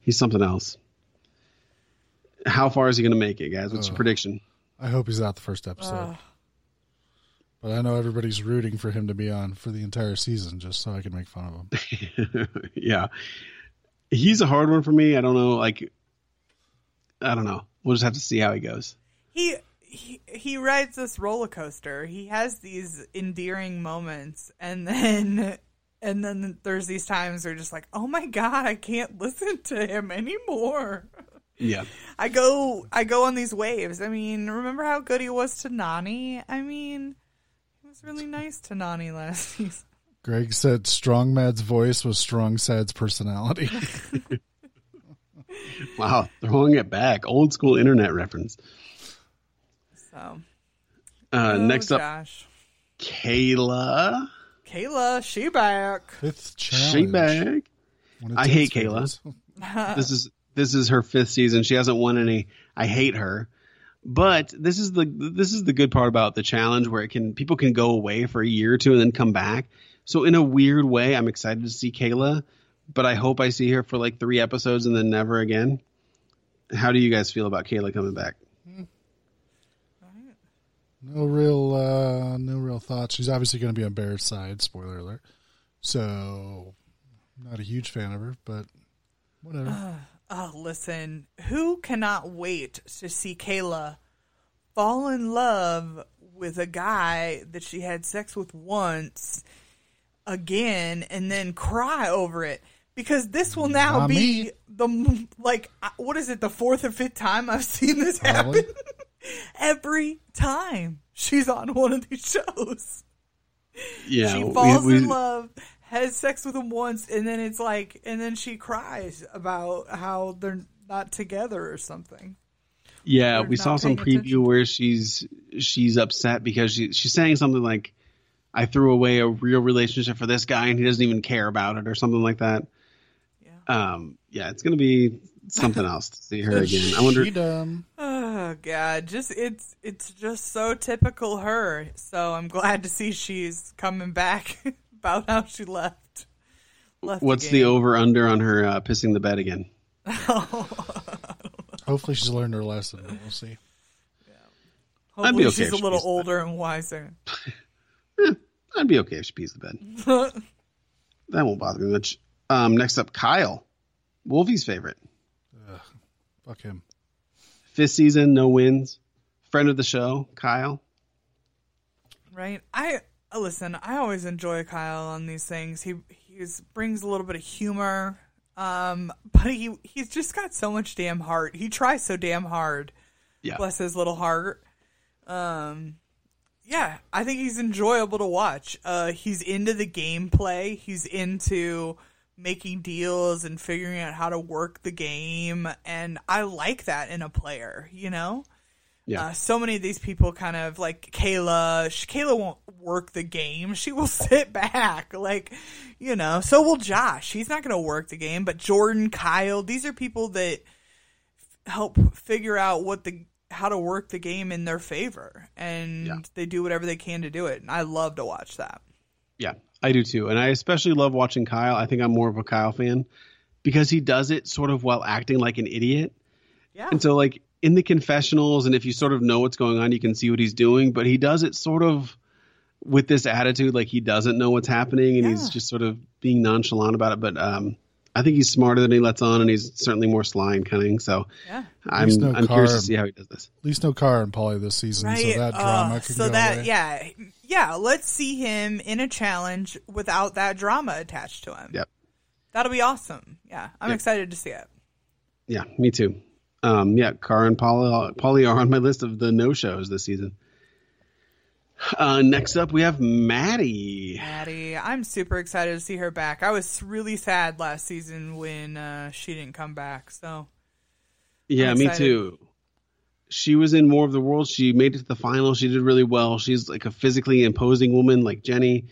Speaker 4: He's something else. How far is he gonna make it, guys? What's your prediction?
Speaker 6: I hope he's out the first episode.
Speaker 4: Ah.
Speaker 6: But I know everybody's rooting for him to be on for the entire season just so I can make fun of him.
Speaker 4: yeah. He's a hard one for me. I don't know. Like, I don't know. We'll just have to see how he goes.
Speaker 7: he he he rides this roller coaster. He has these endearing moments, and then and then there's these times where you're just like, oh my god, I can't listen to him anymore.
Speaker 4: Yeah.
Speaker 7: I go I go on these waves. I mean, remember how good he was to Nani? I mean, he was really nice to Nani last season.
Speaker 6: Greg said Strong Mad's voice was Strong Sad's personality.
Speaker 4: Wow. Throwing it back. Old school internet reference.
Speaker 7: So
Speaker 4: Uh,
Speaker 7: oh,
Speaker 4: next up,
Speaker 7: Josh.
Speaker 4: Kayla.
Speaker 7: Kayla, she back.
Speaker 6: Fifth challenge.
Speaker 4: She back.
Speaker 6: One of
Speaker 4: I
Speaker 6: Ted's
Speaker 4: hate Kayla.
Speaker 6: favorites.
Speaker 4: this is this is her fifth season. She hasn't won any. I hate her. But this is the this is the good part about the challenge where it can people can go away for a year or two and then come back. So in a weird way, I'm excited to see Kayla, but I hope I see her for like three episodes and then never again. How do you guys feel about Kayla coming back?
Speaker 6: No real uh no real thoughts. She's obviously gonna be on Bear's side, spoiler alert. So not a huge fan of her, but whatever.
Speaker 7: Oh, listen, who cannot wait to see Kayla fall in love with a guy that she had sex with once again and then cry over it? Because this will now
Speaker 6: Not
Speaker 7: be
Speaker 6: me.
Speaker 7: the, m- like, I- what is it, the fourth or fifth time I've seen this happen?
Speaker 6: Probably.
Speaker 4: Uh-huh.
Speaker 7: Every time she's on one of these shows
Speaker 4: Yeah,
Speaker 7: she
Speaker 4: we-
Speaker 7: falls
Speaker 4: we-
Speaker 7: in love, has sex with him once, and then it's like, and then she cries about how they're not together or something.
Speaker 4: Yeah,
Speaker 7: We're
Speaker 4: we saw
Speaker 7: not
Speaker 4: some
Speaker 7: paying
Speaker 4: preview
Speaker 7: attention.
Speaker 4: where she's she's upset because she she's saying something like, "I threw away a real relationship for this guy, and he doesn't even care about it," or something like that. Yeah, um, yeah, it's gonna be something else to see her again. I wonder.
Speaker 6: She dumb.
Speaker 7: Oh god, just it's it's just so typical her. So I'm glad to see she's coming back about how she left. left
Speaker 4: What's the
Speaker 7: game.
Speaker 4: over under on her uh, pissing the bed again?
Speaker 6: Hopefully, she's learned her lesson. but We'll see.
Speaker 7: Hopefully
Speaker 4: I'd be okay
Speaker 7: she's
Speaker 4: if
Speaker 7: a
Speaker 4: she
Speaker 7: little
Speaker 4: was-
Speaker 7: older and wiser.
Speaker 4: Eh, I'd be okay if she pees the bed. that won't bother me much. Um, next up, Kyle, Wolfie's favorite.
Speaker 6: Fuck him.
Speaker 4: Fifth season, no wins. Friend of the show, Kyle.
Speaker 7: Right. I listen. I always enjoy Kyle on these things. He he's brings a little bit of humor, um, but he he's just got so much damn heart. He tries so damn hard.
Speaker 4: Yeah.
Speaker 7: Bless his little heart. Um, yeah, I think he's enjoyable to watch. Uh, he's into the gameplay. He's into making deals and figuring out how to work the game, and I like that in a player. You know.
Speaker 4: Yeah.
Speaker 7: Uh, so many of these people kind of like Kayla. Sh Kayla won't work the game. She will sit back, like you know. So will Josh. He's not going to work the game. But Jordan, Kyle, these are people that f- help figure out what the how to work the game in their favor, and
Speaker 4: Yeah.
Speaker 7: they do whatever they can to do it. And I love to watch that.
Speaker 4: Yeah, I do too. And I especially love watching Kyle. I think I'm more of a Kyle fan because he does it sort of while acting like an idiot.
Speaker 7: Yeah.
Speaker 4: And so, like, in the confessionals, and if you sort of know what's going on, you can see what he's doing, but he does it sort of with this attitude like he doesn't know what's happening and he's
Speaker 7: Yeah.
Speaker 4: just sort of being nonchalant about it. But um, I think he's smarter than he lets on, and he's certainly more sly and cunning. So
Speaker 7: Yeah.
Speaker 4: I'm,
Speaker 6: He's no
Speaker 4: I'm curious to
Speaker 6: carb.
Speaker 4: see how he does this.
Speaker 6: At least no car in Polly this season, so that drama
Speaker 7: Uh,
Speaker 6: can
Speaker 7: so
Speaker 6: go
Speaker 7: that
Speaker 6: away.
Speaker 7: yeah yeah let's see him in a challenge without that drama attached to him
Speaker 4: Yep.
Speaker 7: that'll be awesome yeah i'm excited to see it
Speaker 4: Yeah, me too. Um, yeah, Car and Polly, Polly are on my list of the no shows this season. Uh, next up, we have Maddie.
Speaker 7: maddie i'm super excited to see her back i was really sad last season when uh, she didn't come back so
Speaker 4: Yeah,
Speaker 7: I'm
Speaker 4: me
Speaker 7: excited.
Speaker 4: too. She was in More of the World. She made it to the final. She did really well. She's like a physically imposing woman, like Jenny.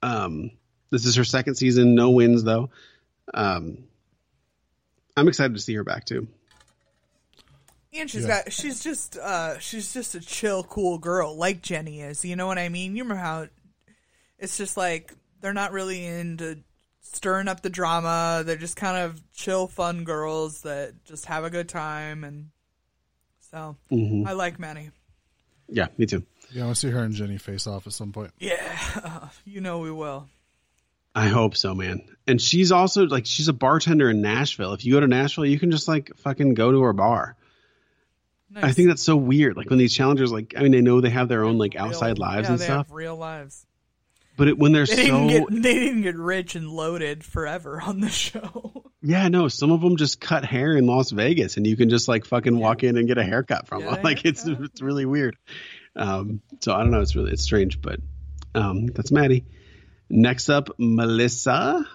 Speaker 4: Um, this is her second season, no wins though. Um, I'm excited to see her back too.
Speaker 7: and she's
Speaker 6: Yeah.
Speaker 7: got she's just uh she's just a chill cool girl like jenny is you know what i mean you remember how it's just like they're not really into stirring up the drama they're just kind of chill fun girls that just have a good time and so
Speaker 4: Mm-hmm.
Speaker 7: i like maddie
Speaker 4: Yeah, me too.
Speaker 6: Yeah, I want to see her and Jenny face off at some point.
Speaker 7: yeah you know we will
Speaker 4: I hope so, man. And she's also like she's a bartender in Nashville. If you go to Nashville, you can just like fucking go to her bar.
Speaker 7: nice.
Speaker 4: I think that's so weird. Like when these challengers, like I mean, they know they have their own like outside
Speaker 7: Real-
Speaker 4: lives
Speaker 7: yeah,
Speaker 4: and
Speaker 7: they
Speaker 4: stuff,
Speaker 7: have real lives
Speaker 4: but it, when they're
Speaker 7: they,
Speaker 4: so
Speaker 7: didn't get, they didn't get rich and loaded forever on the show
Speaker 4: yeah, no, some of them just cut hair in Las Vegas, and you can just like fucking walk in and get a haircut from
Speaker 7: Get a
Speaker 4: them. Like it's
Speaker 7: haircut.
Speaker 4: it's really weird. Um, so I don't know. It's really it's strange, but um, that's Maddie. Next up, Melissa.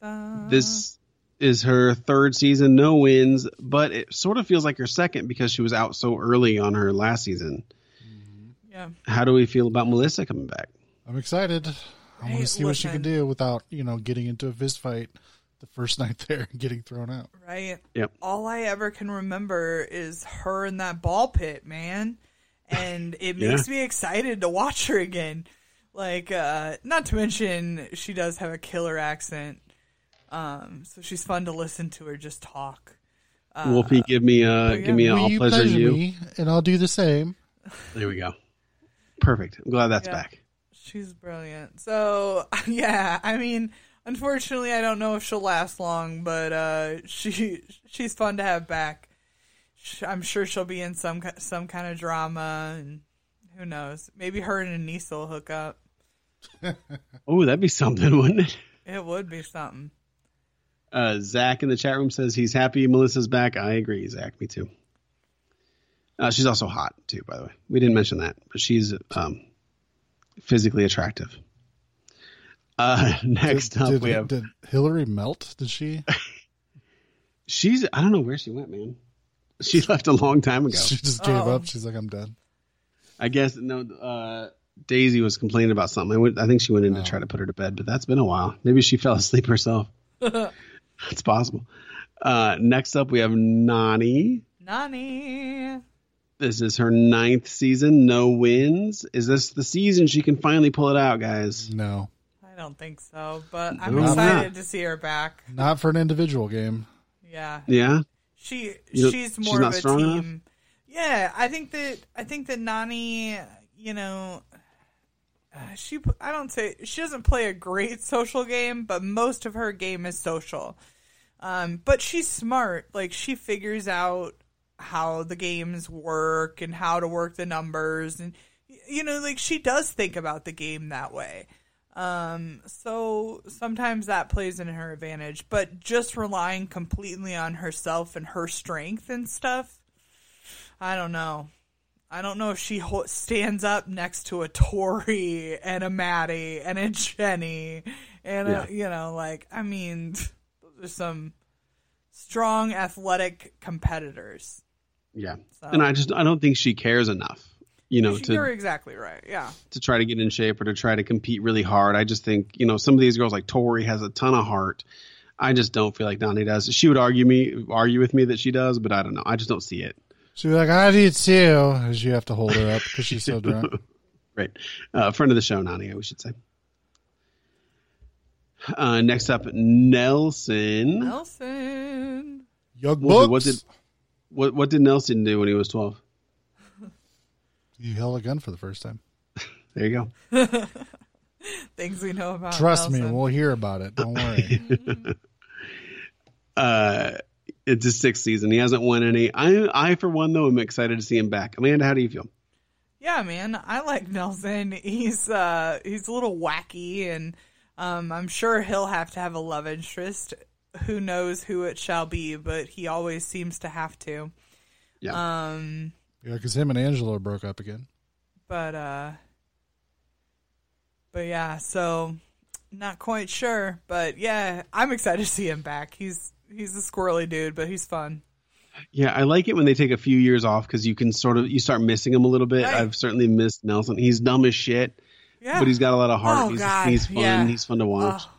Speaker 7: so,
Speaker 4: This is her third season, no wins, but it sort of feels like her second because she was out so early on her last season.
Speaker 7: Mm-hmm. yeah
Speaker 4: How do we feel about Melissa coming back?
Speaker 6: I'm excited. I want
Speaker 7: Hey,
Speaker 6: to see what she
Speaker 7: listen.
Speaker 6: can do without, you know, getting into a fist fight the first night there and getting thrown out.
Speaker 7: Right.
Speaker 4: Yep.
Speaker 7: All I ever can remember is her in that ball pit, man. And it
Speaker 4: Yeah.
Speaker 7: makes me excited to watch her again. Like, uh, not to mention she does have a killer accent. Um, so she's fun to listen to her just talk.
Speaker 4: Wolfie, give me uh,
Speaker 7: oh, yeah,
Speaker 4: give me a
Speaker 6: Will
Speaker 4: all pleasure, you.
Speaker 6: me, and I'll do the same.
Speaker 4: There we go. Perfect. I'm glad that's
Speaker 7: Yeah.
Speaker 4: back.
Speaker 7: She's brilliant. So yeah, I mean, Unfortunately, I don't know if she'll last long, but uh, she she's fun to have back. Sh- I'm sure she'll be in some ki- some kind of drama, and who knows? Maybe her and Anissa will hook up.
Speaker 4: Oh, that'd be something, wouldn't it?
Speaker 7: It would be something.
Speaker 4: Uh, Zach in the chat room says he's happy Melissa's back. I agree, Zach. Me too. Uh, she's also hot too, by the way. We didn't mention that, but she's um, physically attractive. Uh, next
Speaker 6: did,
Speaker 4: up,
Speaker 6: did-
Speaker 4: we have
Speaker 6: did Hillary melt? Did she?
Speaker 4: she's. I don't know where she went, man. She left a long time ago.
Speaker 6: She just gave
Speaker 7: Oh.
Speaker 6: up. She's like, I'm done.
Speaker 4: I guess no. Uh, Daisy was complaining about something. I, went, I think she went in to try to put her to bed, but that's been a while. Maybe she fell asleep herself. that's possible. Uh, next up, we have Nani.
Speaker 7: Nani.
Speaker 4: This is her ninth season, no wins. Is this the season she can finally pull it out, guys?
Speaker 6: No,
Speaker 7: I don't think so, but I'm
Speaker 4: No.
Speaker 7: excited to see her back.
Speaker 6: not for an individual game.
Speaker 7: Yeah.
Speaker 4: Yeah.
Speaker 7: She
Speaker 4: You don't-
Speaker 7: she's
Speaker 4: she's
Speaker 7: more
Speaker 4: not
Speaker 7: of a
Speaker 4: strong
Speaker 7: team.
Speaker 4: enough?
Speaker 7: Yeah, I think that I think that Nani, you know, uh, she p- I don't say she doesn't play a great social game, but most of her game is social. Um, but she's smart. Like she figures out how the games work and how to work the numbers and y- you know like she does think about the game that way um so sometimes that plays in her advantage but just relying completely on herself and her strength and stuff i don't know i don't know if she ho- stands up next to a tori and a maddie and a jenny and
Speaker 4: Yeah.
Speaker 7: a, you know like i mean those are some strong athletic competitors
Speaker 4: Yeah.
Speaker 7: So-
Speaker 4: And I just I don't think she cares enough, you know, to
Speaker 7: You're exactly right. Yeah.
Speaker 4: to try to get in shape or to try to compete really hard. I just think, you know, some of these girls like Tori has a ton of heart. I just don't feel like Nani does. She would argue me argue with me that she does, but I don't know. I just don't see it.
Speaker 6: She's like, I do too. As you have to hold her up because she's so drunk.
Speaker 4: Right. Uh, friend of the show, Nani, we should say. Uh, next up, Nelson.
Speaker 7: Oh. Nelson.
Speaker 6: Young
Speaker 4: What did- what
Speaker 6: Bucks.
Speaker 4: did- What what did Nelson do when he was twelve?
Speaker 6: You held a gun for the first time.
Speaker 4: There you go.
Speaker 7: Things we know about.
Speaker 6: Trust me,
Speaker 7: Nelson.
Speaker 6: we'll hear about it. Don't worry.
Speaker 4: Uh, it's his sixth season. He hasn't won any. I I for one though am excited to see him back. Amanda, how do you feel?
Speaker 7: Yeah, man. I like Nelson. He's uh he's a little wacky and um I'm sure he'll have to have a love interest. Who knows who it shall be, but he always seems to have to.
Speaker 4: Yeah.
Speaker 7: Um
Speaker 6: yeah, because him and Angela broke up again.
Speaker 7: but uh but yeah, so not quite sure, but yeah, I'm excited to see him back. He's he's a squirrely dude, but he's fun.
Speaker 4: Yeah, I like it when they take a few years off because you can sort of you start missing him a little bit.
Speaker 7: Right.
Speaker 4: I've certainly missed Nelson. He's dumb as shit,
Speaker 7: Yeah.
Speaker 4: but he's got a lot of heart.
Speaker 7: Oh,
Speaker 4: he's
Speaker 7: God,
Speaker 4: he's fun.
Speaker 7: yeah.
Speaker 4: He's fun to watch.
Speaker 7: Oh,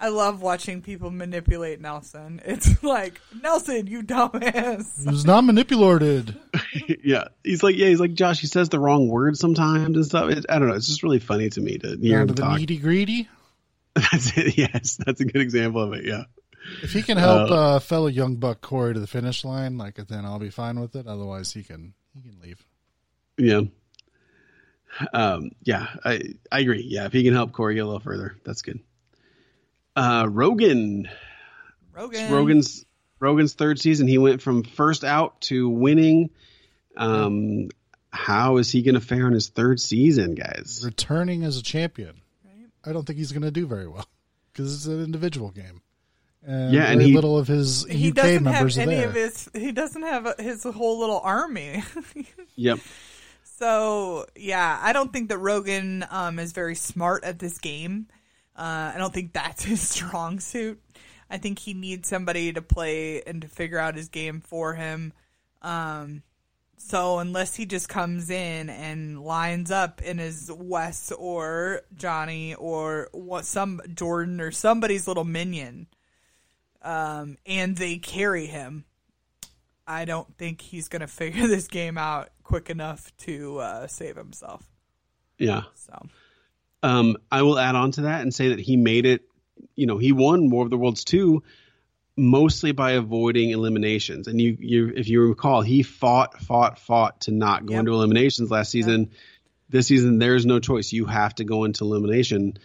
Speaker 7: I love watching people manipulate Nelson. It's like, Nelson, you dumbass.
Speaker 6: He was not manipulated.
Speaker 4: yeah, he's like yeah, he's like Josh. He says the wrong word sometimes and stuff. It, I don't know. It's just really funny to me to hear
Speaker 6: Down
Speaker 4: him
Speaker 6: to the
Speaker 4: talk.
Speaker 6: needy greedy.
Speaker 4: That's it. Yes, that's a good example of it. Yeah.
Speaker 6: If he can help uh, fellow young buck Corey to the finish line, like then I'll be fine with it. Otherwise, he can he can leave.
Speaker 4: Yeah. Um, yeah, I, I agree. Yeah, if he can help Corey get a little further, that's good. Uh, Rogan.
Speaker 7: Rogan.
Speaker 4: Rogan's Rogan's third season. He went from first out to winning. Um, how is he going to fare in his third season, guys?
Speaker 6: Returning as a champion, I don't think he's going to do very well because it's an individual game. And
Speaker 4: Yeah,
Speaker 6: yeah,
Speaker 4: and
Speaker 6: very
Speaker 4: he-
Speaker 6: little of his
Speaker 7: He
Speaker 6: UK
Speaker 7: doesn't
Speaker 6: members
Speaker 7: have
Speaker 6: are
Speaker 7: any
Speaker 6: there.
Speaker 7: of his. He doesn't have his whole little army.
Speaker 4: Yep.
Speaker 7: so yeah, I don't think that Rogan um, is very smart at this game. Uh, I don't think that's his strong suit. I think he needs somebody to play and to figure out his game for him. Um, so unless he just comes in and lines up and is Wes or Johnny or what some Jordan or somebody's little minion, um, and they carry him, I don't think he's gonna figure this game out quick enough to uh, save himself.
Speaker 4: Yeah.
Speaker 7: So
Speaker 4: Um, I will add on to that and say that he made it. You know, he won War of the Worlds two, mostly by avoiding eliminations. And you, you, if you recall, he fought, fought, fought to not go
Speaker 7: Yep.
Speaker 4: into eliminations last season. This season, there is no choice. You have to go into elimination.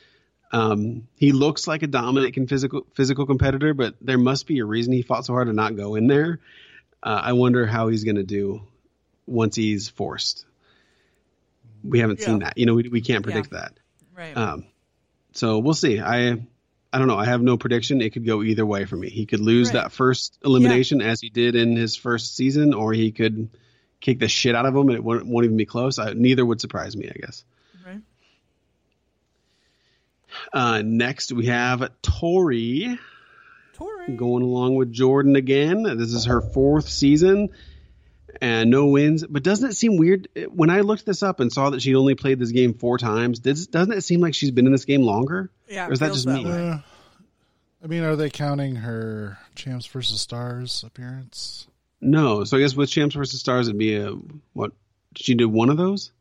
Speaker 4: Um, he looks like a dominant and physical physical competitor, but there must be a reason he fought so hard to not go in there. Uh, I wonder how he's going to do once he's forced. We haven't seen
Speaker 7: Yeah.
Speaker 4: that. You know, we we can't predict that.
Speaker 7: Right.
Speaker 6: Uh,
Speaker 4: Um, so we'll see. I I don't know. I have no prediction. It could go either way for me. He could lose
Speaker 7: Right.
Speaker 4: that first elimination as he did in his first season, or he could kick the shit out of him and it won't, won't even be close. I, neither would surprise me, I guess.
Speaker 7: right.
Speaker 4: Uh, next, we have Tori
Speaker 7: Tori.
Speaker 4: going along with Jordan again. This is her fourth season and no wins. But doesn't it seem weird when I looked this up and saw that she only played this game four times? Does, doesn't it seem like she's been in this game longer?
Speaker 7: Yeah, it
Speaker 4: or is that
Speaker 7: feels
Speaker 4: just
Speaker 7: that
Speaker 4: me?
Speaker 7: way.
Speaker 6: Uh, I mean, are they counting her Champs versus Stars appearance?
Speaker 4: No, so I guess with Champs versus Stars, it'd be a what? She did one of those.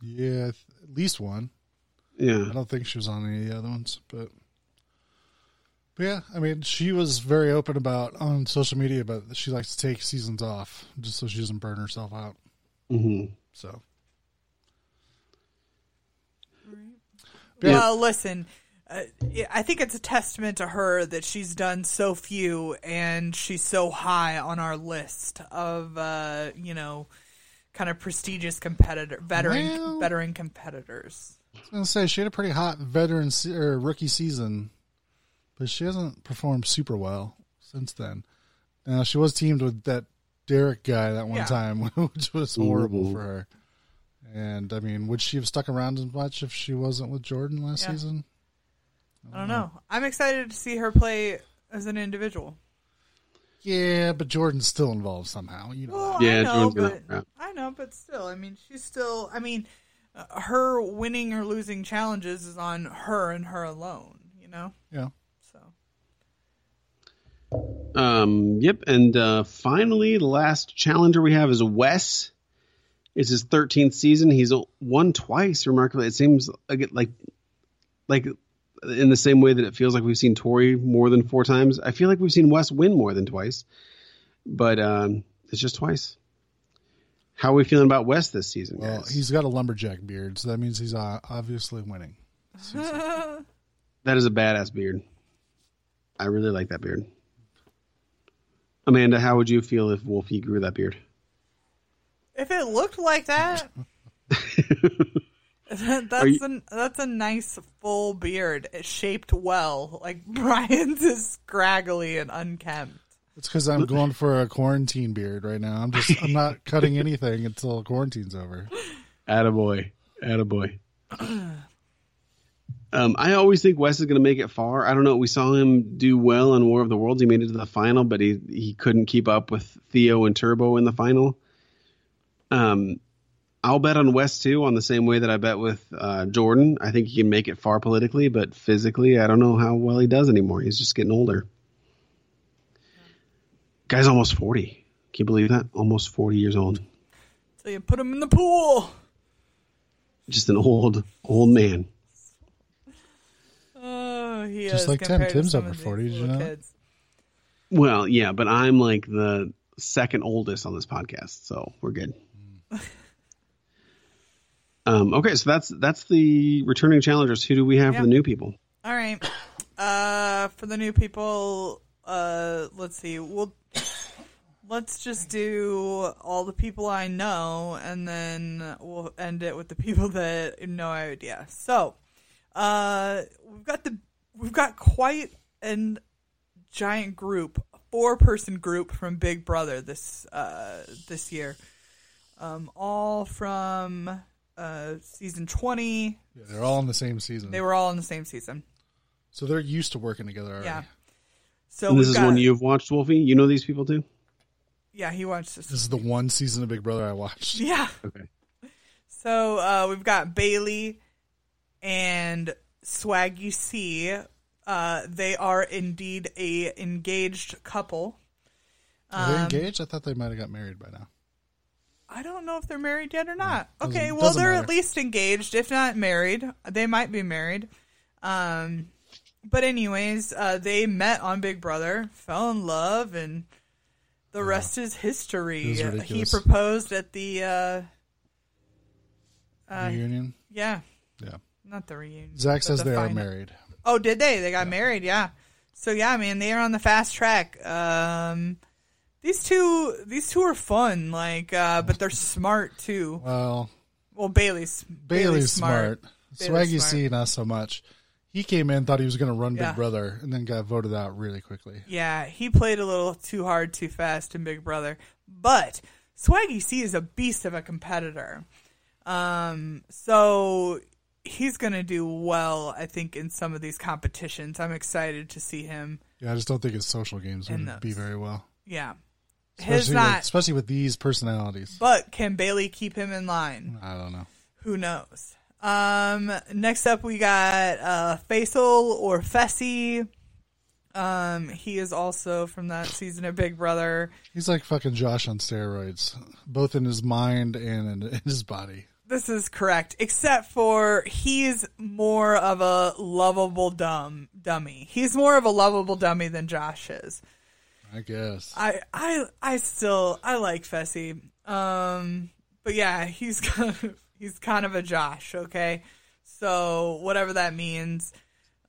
Speaker 6: Yeah, th- at least one. I
Speaker 4: Yeah,
Speaker 6: don't think she was on any of the other ones, but but yeah, I mean, she was very open about on social media about that she likes to take seasons off just so she doesn't burn herself out.
Speaker 4: hmm
Speaker 6: So Yeah.
Speaker 7: Well, listen, uh, yeah, I think it's a testament to her that she's done so few and she's so high on our list of, uh, you know, kind of prestigious competitor, veteran,
Speaker 6: Well-
Speaker 7: veteran competitors.
Speaker 6: I was gonna say she had a pretty hot veteran se- or rookie season, but she hasn't performed super well since then. Now she was teamed with that Derek guy that one
Speaker 7: Yeah.
Speaker 6: time, which was horrible for her. And I mean, would she have stuck around as much if she wasn't with Jordan last
Speaker 7: Yeah.
Speaker 6: season?
Speaker 7: I
Speaker 6: Mm-hmm.
Speaker 7: don't know. I'm excited to see her play as an individual.
Speaker 6: Yeah, but Jordan's still involved somehow. You know,
Speaker 7: Well,
Speaker 6: that.
Speaker 4: Yeah,
Speaker 7: I know,
Speaker 4: Jordan's gonna-
Speaker 7: but
Speaker 4: yeah.
Speaker 7: I know, but still, I mean, she's still. I mean, uh, her winning or losing challenges is on her and her alone. You know,
Speaker 6: yeah.
Speaker 7: so
Speaker 4: Um, yep. And uh, finally, the last challenger we have is Wes. It's his thirteenth season. He's won twice. Remarkably, it seems like like like in the same way that it feels like we've seen Tori more than four times. I feel like we've seen Wes win more than twice, but um, it's just twice. How are we feeling about Wes this season?
Speaker 6: Well,
Speaker 4: guys?
Speaker 6: he's got a lumberjack beard, so that means he's uh, obviously winning.
Speaker 4: That is a badass beard. I really like that beard. Amanda, how would you feel if Wolfie grew that beard?
Speaker 7: if it looked like that, that's
Speaker 4: Are you-
Speaker 7: an, that's a nice full beard It's shaped well. Like Brian's is scraggly and unkempt.
Speaker 6: It's because I'm going for a quarantine beard right now. I'm just I'm not cutting anything until quarantine's over.
Speaker 4: Attaboy. Attaboy. um, I always think Wes is going to make it far. I don't know. We saw him do well in War of the Worlds. He made it to the final, but he, he couldn't keep up with Theo and Turbo in the final. Um, I'll bet on Wes too, on the same way that I bet with uh, Jordan. I think he can make it far politically, but physically, I don't know how well he does anymore. He's just getting older. Guy's almost 40. Can you believe that? Almost 40 years old.
Speaker 7: So you put him in the pool.
Speaker 4: Just an old, old man.
Speaker 7: Oh, he
Speaker 6: Just
Speaker 7: is
Speaker 6: like Tim.
Speaker 7: compared to
Speaker 6: Tim's
Speaker 7: some
Speaker 6: over
Speaker 7: of these
Speaker 6: 40, did you
Speaker 7: little
Speaker 6: know?
Speaker 7: kids.
Speaker 4: Well, yeah, but I'm like the second oldest on this podcast, so we're good.
Speaker 7: Mm.
Speaker 4: um, okay, so that's that's the returning challengers. Who do we have
Speaker 7: Yeah.
Speaker 4: for the new people?
Speaker 7: All right. Uh, for the new people, uh, let's see. We'll let's just do all the people I know, and then we'll end it with the people that no idea. So, uh, we've got the we've got quite an giant group, four person group from Big Brother this uh this year. Um, all from uh season twenty.
Speaker 6: Yeah, they're all in the same season,
Speaker 4: Mm.
Speaker 7: They were all in the same season.
Speaker 6: so they're used to working together already.
Speaker 7: Yeah. So
Speaker 4: And this
Speaker 7: we've
Speaker 4: is
Speaker 7: got,
Speaker 4: one you've watched, Wolfie. You know these people too.
Speaker 7: Yeah, he watched this.
Speaker 6: This is the one season of Big Brother I watched.
Speaker 7: Yeah.
Speaker 4: Okay.
Speaker 7: So uh, we've got Bailey and Swaggy C. Uh, they are indeed a engaged couple.
Speaker 6: Are
Speaker 7: Um,
Speaker 6: they engaged? I thought they might have got married by now.
Speaker 7: I don't know if they're married yet or not.
Speaker 6: doesn't-
Speaker 7: okay, well
Speaker 6: doesn't
Speaker 7: they're
Speaker 6: matter.
Speaker 7: at least engaged, if not married. They might be married. Um, but anyways, uh, they met on Big Brother, fell in love, and the rest is
Speaker 6: It
Speaker 7: history.
Speaker 6: was
Speaker 7: He
Speaker 6: ridiculous.
Speaker 7: proposed at the uh, uh,
Speaker 6: Reunion.
Speaker 7: yeah,
Speaker 6: Yeah.
Speaker 7: not the reunion.
Speaker 6: Zach
Speaker 7: but
Speaker 6: says
Speaker 7: uh, the
Speaker 6: they are
Speaker 7: final-
Speaker 6: married.
Speaker 7: Oh, did they? They got married, yeah. So yeah, man, they are on the fast track. Um these two these two are fun, like uh but they're smart too.
Speaker 6: Well,
Speaker 7: Well Bailey's
Speaker 6: Bailey's, smart.
Speaker 7: Bailey's
Speaker 6: Swaggy
Speaker 7: smart.
Speaker 6: C, not so much. He came in, thought he was going to run
Speaker 7: Yeah.
Speaker 6: Big Brother, and then got voted out really quickly.
Speaker 7: Yeah, he played a little too hard, too fast in Big Brother. But Swaggy C is a beast of a competitor. Um, so he's going to do well, I think, in some of these competitions. I'm excited to see him.
Speaker 6: Yeah, I just don't think his social games
Speaker 7: And
Speaker 6: would be
Speaker 7: those.
Speaker 6: very well,
Speaker 7: Yeah. His
Speaker 6: especially with,
Speaker 7: not.
Speaker 6: especially with these personalities.
Speaker 7: But can Bailey keep him in line?
Speaker 6: I don't know.
Speaker 7: Who knows? Um, next up, we got uh, Faisal or Fessy. Um, he is also from that season of Big Brother.
Speaker 6: He's like fucking Josh on steroids, both in his mind and in, in his body.
Speaker 7: This is correct, except for he's more of a lovable dumb dummy. He's more of a lovable dummy than Josh is.
Speaker 6: I guess.
Speaker 7: I I I still I like Fessy. Um but yeah, he's kind of he's kind of a Josh, okay? So whatever that means,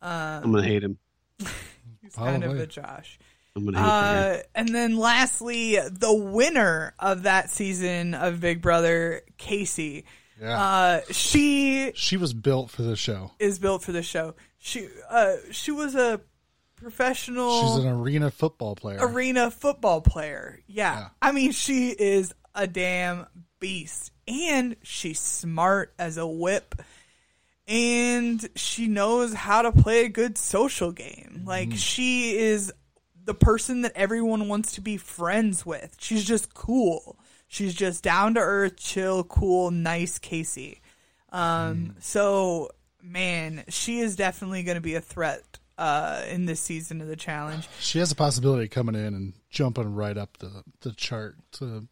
Speaker 4: I'm gonna hate him.
Speaker 7: he's kind of
Speaker 6: Probably.
Speaker 7: a Josh.
Speaker 4: I'm gonna hate that guy.
Speaker 7: Uh, and then lastly, the winner of that season of Big Brother, Casey.
Speaker 6: Yeah.
Speaker 7: Uh she
Speaker 6: she was built for the show.
Speaker 7: is built for the show. She uh, she was a
Speaker 6: She's
Speaker 7: professional
Speaker 6: an arena football player.
Speaker 7: arena football player. Yeah.
Speaker 6: Yeah.
Speaker 7: I mean she is a damn beast, and she's smart as a whip, and she knows how to play a good social game. Like she is the person that everyone wants to be friends with. She's just cool. She's just down to earth, chill, cool, nice Casey. Um, so man, she is definitely going to be a threat uh, in this season of the challenge.
Speaker 6: she has a possibility of coming in and jumping right up the, the chart to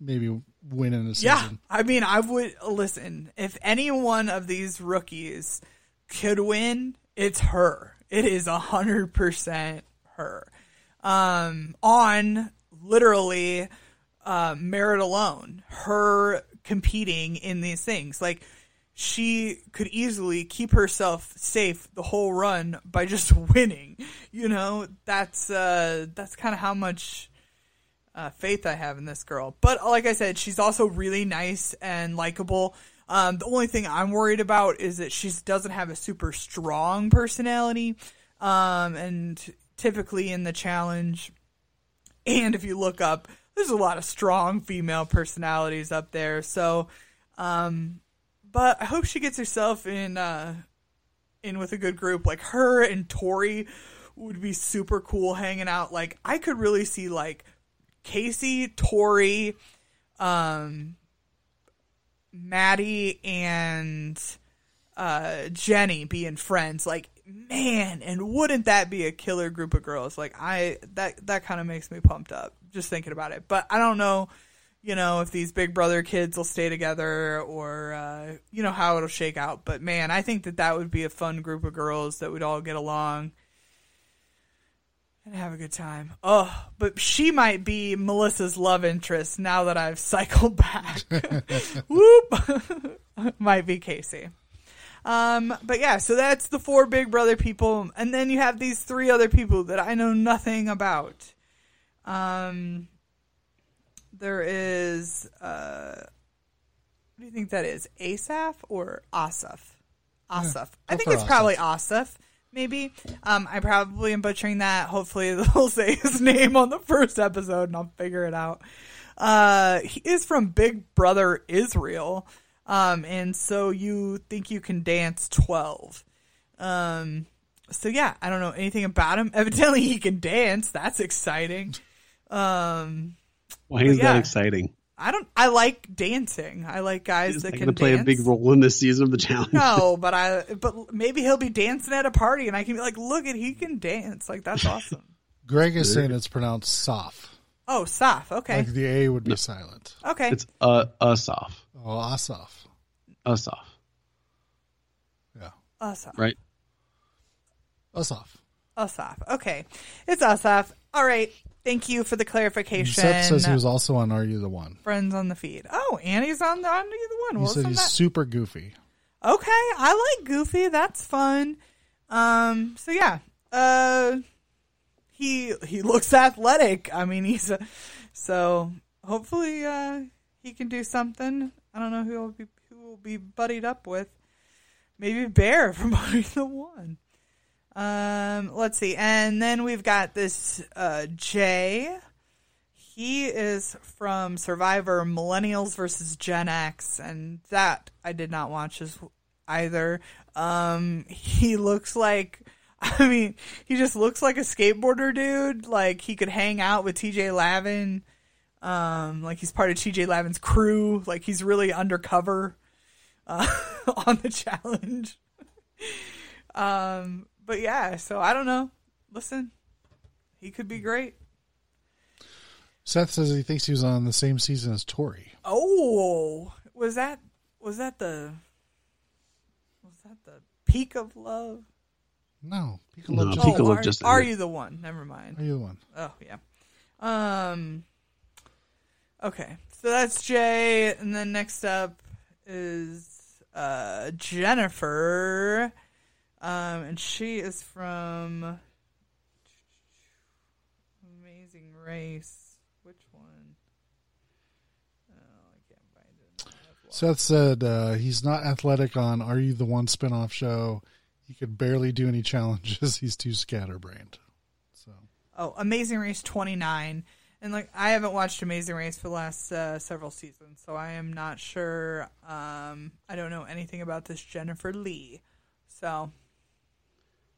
Speaker 6: maybe win in the
Speaker 7: Yeah,
Speaker 6: season.
Speaker 7: I mean, I would listen if any one of these rookies could win. It's her. It is a hundred percent her. Um, on literally uh, merit alone, her competing in these things like. She could easily keep herself safe the whole run by just winning. You know, that's uh, that's kind of how much uh, faith I have in this girl. But like I said, she's also really nice and likable. Um, the only thing I'm worried about is that she doesn't have a super strong personality. Um, and typically in the challenge, and if you look up, there's a lot of strong female personalities up there. So, um, but I hope she gets herself in uh, in with a good group. Like her and Tori would be super cool hanging out. Like I could really see like Casey, Tori, um, Maddie, and uh, Jenny being friends. Like, man, and wouldn't that be a killer group of girls? Like, I that that kind of makes me pumped up just thinking about it. But I don't know, you know, if these Big Brother kids will stay together or uh, you know how it'll shake out. But man, I think that that would be a fun group of girls that would all get along and have a good time. Oh, but she might be Melissa's love interest now that I've cycled back. Whoop. might be Casey. Um, but yeah, so that's the four Big Brother people, and then you have these three other people that I know nothing about. Um, there is uh, what do you think that is? Asaf or Asaf? Asaf. I
Speaker 6: go
Speaker 7: think
Speaker 6: for
Speaker 7: it's probably Asaf. Maybe. Um, I probably am butchering that. Hopefully, they'll say his name on the first episode, and I'll figure it out. Uh, he is from Big Brother Israel. Um, and so you think you can dance 12. Um, so yeah, I don't know anything about him. Evidently, he can dance. That's exciting. Um,
Speaker 4: Why is
Speaker 7: yeah.
Speaker 4: that exciting?
Speaker 7: I don't, I like dancing. I like guys
Speaker 4: Is
Speaker 7: that
Speaker 4: that
Speaker 7: can
Speaker 4: gonna play
Speaker 7: dance.
Speaker 4: a big role in this season of the challenge?
Speaker 7: No, but I, but maybe he'll be dancing at a party and I can be like, look at, he can dance. Like, that's awesome.
Speaker 6: Greg is saying it's pronounced soft.
Speaker 7: oh, Saf. Okay.
Speaker 6: Like the A would be silent.
Speaker 7: Okay.
Speaker 4: It's uh us off.
Speaker 6: Oh, Asaf.
Speaker 4: Us off.
Speaker 6: Yeah.
Speaker 7: Asaf.
Speaker 4: Right?
Speaker 6: Asaf.
Speaker 7: Asaf. uh, Okay. It's Asaf. All right. Thank you for the clarification.
Speaker 6: Seth says he
Speaker 7: uh,
Speaker 6: was also on Are You the One.
Speaker 7: friends on the feed. Oh, Annie's on the on the one.
Speaker 6: He
Speaker 7: Well,
Speaker 6: said
Speaker 7: send
Speaker 6: he's
Speaker 7: that-
Speaker 6: super goofy.
Speaker 7: okay, I like Goofy. That's fun. Um. So yeah. Uh. He he looks athletic. I mean, he's a, so hopefully uh he can do something. I don't know who will be who will be buddied up with. Maybe Bear from Body the One. Um. Let's see. And then we've got this uh Jay. He is from Survivor Millennials versus Gen X, and that I did not watch as either. Um, he looks like, I mean, he just looks like a skateboarder dude. Like he could hang out with TJ Lavin. Um, like he's part of TJ Lavin's crew. Like he's really undercover uh, on the challenge. um, but yeah, so I don't know. Listen, he could be great.
Speaker 6: Seth says he thinks he was on the same season as Tori.
Speaker 7: Oh, was that was that the was that the peak of love?
Speaker 6: No, Piccolo
Speaker 4: No,
Speaker 6: just
Speaker 4: Peak of
Speaker 7: oh,
Speaker 4: Love
Speaker 7: are,
Speaker 4: just
Speaker 7: are
Speaker 4: ended.
Speaker 7: you the one? Never mind.
Speaker 6: are you the one?
Speaker 7: Oh yeah. Um. Okay, so that's Jay, and then next up is uh Jennifer, um, and she is from Amazing Race. Which one? Oh,
Speaker 6: Seth said uh, he's not athletic on Are You the One spinoff show. He could barely do any challenges. He's too scatterbrained. So
Speaker 7: Oh, Amazing Race 29. And like I haven't watched Amazing Race for the last uh, several seasons, so I am not sure. Um, I don't know anything about this Jennifer Lee. So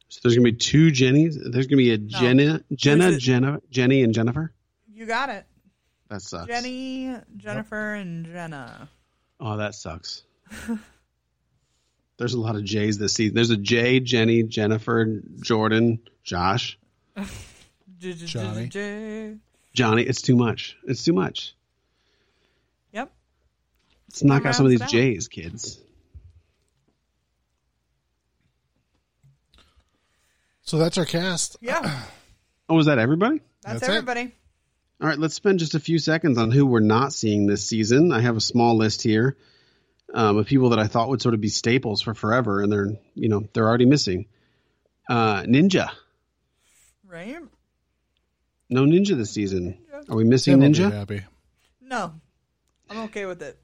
Speaker 4: So there's gonna be two Jennies. There's gonna be a Jenna, Jenna,
Speaker 7: it-
Speaker 4: Jenna, Jenny, and Jennifer.
Speaker 7: you got it,
Speaker 4: That sucks.
Speaker 7: Jenny, Jennifer, and Jenna.
Speaker 4: Oh, that sucks. there's a lot of J's this season. There's a J, Jenny, Jennifer, Jordan, Josh,
Speaker 7: J- j- j-
Speaker 6: Johnny.
Speaker 7: j-
Speaker 4: Johnny. It's too much. It's too much.
Speaker 7: Yep.
Speaker 4: Let's knock out some of
Speaker 7: rounds
Speaker 4: these
Speaker 7: it out.
Speaker 4: J's, kids.
Speaker 6: so that's our cast.
Speaker 7: Yeah.
Speaker 4: Oh, was that everybody?
Speaker 7: That's,
Speaker 6: That's it.
Speaker 7: everybody.
Speaker 4: All right, let's spend just a few seconds on who we're not seeing this season. I have a small list here um, of people that I thought would sort of be staples for forever, and they're you know they're already missing. Uh, Ninja,
Speaker 7: Right?
Speaker 4: no Ninja this season. Are we missing
Speaker 6: Tim will be
Speaker 4: Ninja?
Speaker 6: happy.
Speaker 7: No, I'm okay with it.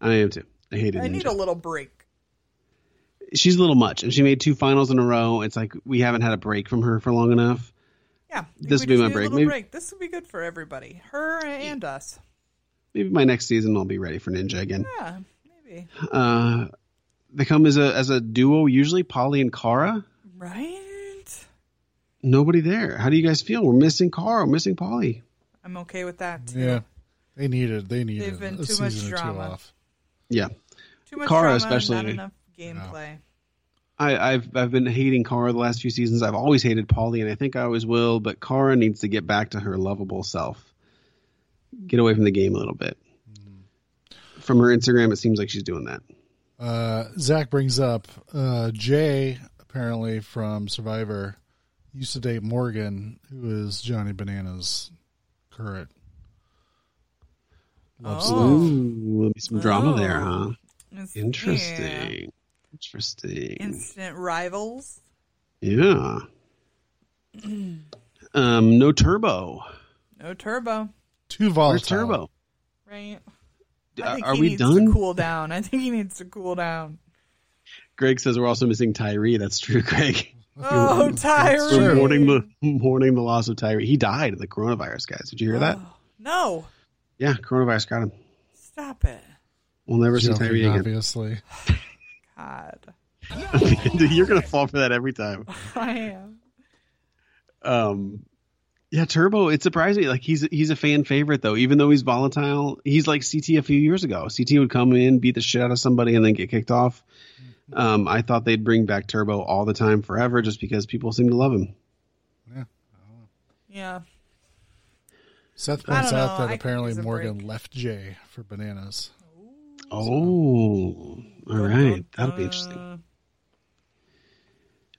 Speaker 4: I am too. I hated
Speaker 7: I need
Speaker 4: Ninja.
Speaker 7: a little break.
Speaker 4: She's a little much, and she made two finals in a row. It's like we haven't had a break from her for long enough.
Speaker 7: Yeah.
Speaker 4: This
Speaker 7: we
Speaker 4: would be
Speaker 7: just
Speaker 4: my
Speaker 7: need a
Speaker 4: break.
Speaker 7: little
Speaker 4: Maybe-
Speaker 7: break. This would be good for everybody, her and us.
Speaker 4: Maybe my next season I'll be ready for Ninja again.
Speaker 7: Yeah, maybe.
Speaker 4: Uh, they come as a as a duo usually, Polly and Kara.
Speaker 7: Right?
Speaker 4: Nobody there. How do you guys feel? We're missing Kara. We're missing Polly.
Speaker 7: I'm okay with that. too.
Speaker 6: Yeah, they needed. They needed.
Speaker 7: They've been
Speaker 6: a
Speaker 7: too much
Speaker 6: season or two
Speaker 7: drama.
Speaker 6: off.
Speaker 4: Yeah.
Speaker 7: Too much
Speaker 4: Kara
Speaker 7: drama, not
Speaker 4: especially.
Speaker 7: enough gameplay.
Speaker 4: I, I've I've been hating Kara the last few seasons. I've always hated Polly, and I think I always will. But Kara needs to get back to her lovable self. Get away from the game a little bit. From her Instagram, it seems like she's doing that.
Speaker 6: Uh, Zach brings up uh, Jay apparently from Survivor used to date Morgan, who is Johnny Banana's current. Love
Speaker 7: Oh.
Speaker 4: Ooh, there'll be some drama there, huh?
Speaker 7: It's- yeah.
Speaker 4: Interesting. Interesting.
Speaker 7: Instant rivals.
Speaker 4: yeah. um, no turbo.
Speaker 7: No turbo.
Speaker 6: Too volatile.
Speaker 4: Where's turbo?
Speaker 7: Right? I
Speaker 4: Are,
Speaker 7: think
Speaker 4: are
Speaker 7: he
Speaker 4: we
Speaker 7: needs
Speaker 4: done?
Speaker 7: to cool down. I think he needs to cool down.
Speaker 4: Greg says we're also missing Tyree. That's true, Greg.
Speaker 7: Oh,
Speaker 6: Sure.
Speaker 4: We're
Speaker 7: Tyree.
Speaker 4: mourning the mourning the loss of Tyree. He died of the coronavirus, guys. Did you hear
Speaker 7: Oh.
Speaker 4: that?
Speaker 7: No,
Speaker 4: Yeah, coronavirus got him.
Speaker 7: stop it.
Speaker 4: We'll never see
Speaker 6: Joking,
Speaker 4: Tyree again.
Speaker 6: obviously.
Speaker 7: God.
Speaker 4: Dude, You're gonna fall for that every time.
Speaker 7: I am.
Speaker 4: Um, yeah, Turbo. It surprised me. Like he's he's a fan favorite though, even though he's volatile. He's like CT a few years ago. CT would come in, beat the shit out of somebody, and then get kicked off.
Speaker 7: Mm-hmm.
Speaker 4: Um, I thought they'd bring back Turbo all the time forever, just because people seem to love him.
Speaker 7: Yeah.
Speaker 6: Seth points
Speaker 7: don't know.
Speaker 6: out that
Speaker 7: I could
Speaker 6: apparently
Speaker 7: use a
Speaker 6: Morgan
Speaker 7: break.
Speaker 6: left Jay for Bananas.
Speaker 4: Oh, all right, that'll be interesting.
Speaker 7: Uh,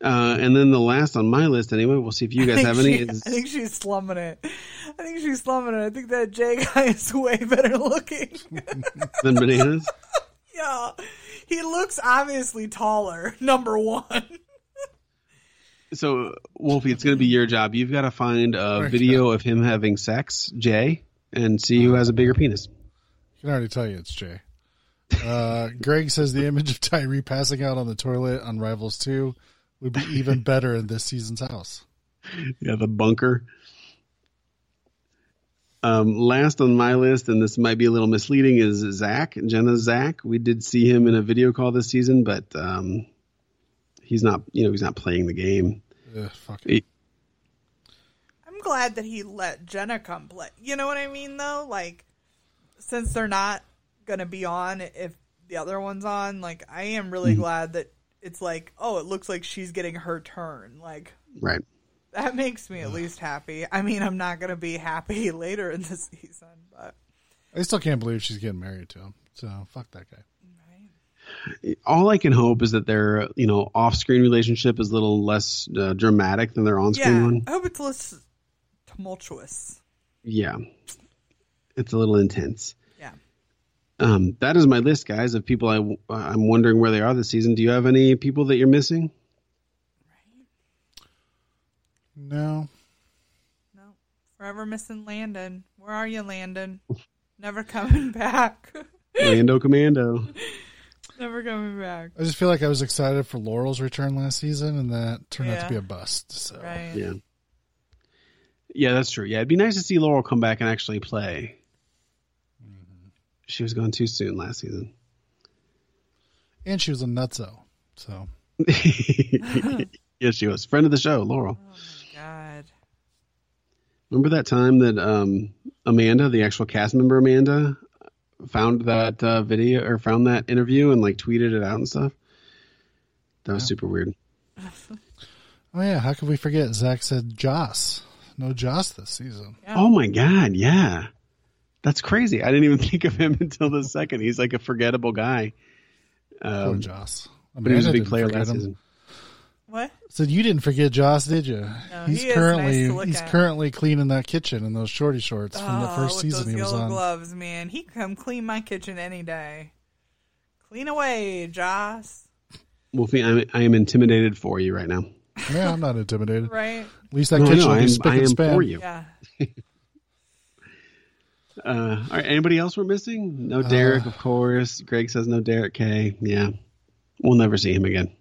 Speaker 4: Uh, and then the last on my list, anyway. We'll see if you
Speaker 7: I
Speaker 4: guys
Speaker 7: think
Speaker 4: have any.
Speaker 7: she-
Speaker 4: is-
Speaker 7: I think she's slumming it. I think she's slumming it. I think that Jay guy is way better looking.
Speaker 4: than bananas.
Speaker 7: yeah. He looks obviously taller, number one.
Speaker 4: so Wolfie, it's going to be your job. You've got to find a video of him having sex, Jay, and see who has a bigger penis.
Speaker 6: I can already tell you it's Jay. Uh, Greg says the image of Tyree passing out on the toilet on Rivals 2 would be even better in this season's house.
Speaker 4: Yeah, the bunker. Um, last on my list, and this might be a little misleading, is Zach Jenna Zach. We did see him in a video call this season, but um, he's not. You know, he's not playing the game.
Speaker 6: Ugh, fuck it.
Speaker 4: He-
Speaker 7: I'm glad that he let Jenna come play. You know what I mean, though? Like, since they're not going to be on if the other one's on, like, I am really glad that it's like, oh, it looks like she's getting her turn. Like,
Speaker 4: right.
Speaker 7: that makes me at least happy. I mean, I'm not going to be happy later in the season, but
Speaker 6: I still can't believe she's getting married to him. So fuck that guy.
Speaker 4: all I can hope is that their you know off screen relationship is a little less uh, dramatic than their on screen
Speaker 7: yeah,
Speaker 4: one.
Speaker 7: I hope it's less tumultuous.
Speaker 4: Yeah, it's a little intense.
Speaker 7: Yeah.
Speaker 4: Um, that is my list, guys, of people I w- I'm wondering where they are this season. Do you have any people that you're missing?
Speaker 6: No,
Speaker 7: No, forever missing Landon. Where are you, Landon? Never coming back.
Speaker 4: Lando Commando.
Speaker 7: Never coming back.
Speaker 6: I just feel like I was excited for Laurel's return last season, and that turned out to
Speaker 7: Yeah.
Speaker 6: be a bust. So
Speaker 7: Right.
Speaker 4: Yeah. Yeah, that's true. Yeah, it'd be nice to see Laurel come back and actually play. She was gone too soon last season.
Speaker 6: and she was a nutso. So
Speaker 4: yes, she was friend of the show, Laurel.
Speaker 7: God.
Speaker 4: Remember that time that um, Amanda, the actual cast member Amanda, found that uh, video or found that interview and like tweeted it out and stuff? That was super weird.
Speaker 6: oh yeah, how could we forget? Zach said Joss. No Joss this season.
Speaker 7: Yeah.
Speaker 4: Oh my god, yeah, that's crazy. I didn't even think of him until the second. He's like a forgettable guy,
Speaker 6: Poor
Speaker 4: um,
Speaker 6: Joss. I
Speaker 4: but he was a
Speaker 6: I
Speaker 4: big
Speaker 6: didn't
Speaker 4: player
Speaker 6: forget
Speaker 4: last
Speaker 6: him.
Speaker 4: season.
Speaker 7: What?
Speaker 6: Said you didn't forget Joss, did you?
Speaker 7: No,
Speaker 6: he's
Speaker 7: he is
Speaker 6: currently
Speaker 7: nice to look
Speaker 6: he's
Speaker 7: at.
Speaker 6: currently cleaning that kitchen in those shorty shorts from the
Speaker 7: Oh,
Speaker 6: first
Speaker 7: with
Speaker 6: season
Speaker 7: those
Speaker 6: he was
Speaker 7: yellow
Speaker 6: on.
Speaker 7: gloves, man. He can come clean my kitchen any day. Clean away, Joss.
Speaker 4: Wolfie, I'm, I am intimidated for you right now.
Speaker 6: Yeah, I'm not intimidated.
Speaker 7: Right?
Speaker 6: At least that
Speaker 4: No,
Speaker 6: kitchen
Speaker 4: no, I
Speaker 6: will
Speaker 4: am,
Speaker 6: be spick
Speaker 4: I
Speaker 6: and
Speaker 4: am
Speaker 6: span.
Speaker 4: for you.
Speaker 7: Yeah.
Speaker 4: Uh, all right, anybody else we're missing? No Derek, of course. Greg says no Derek K. Yeah, we'll never see him again.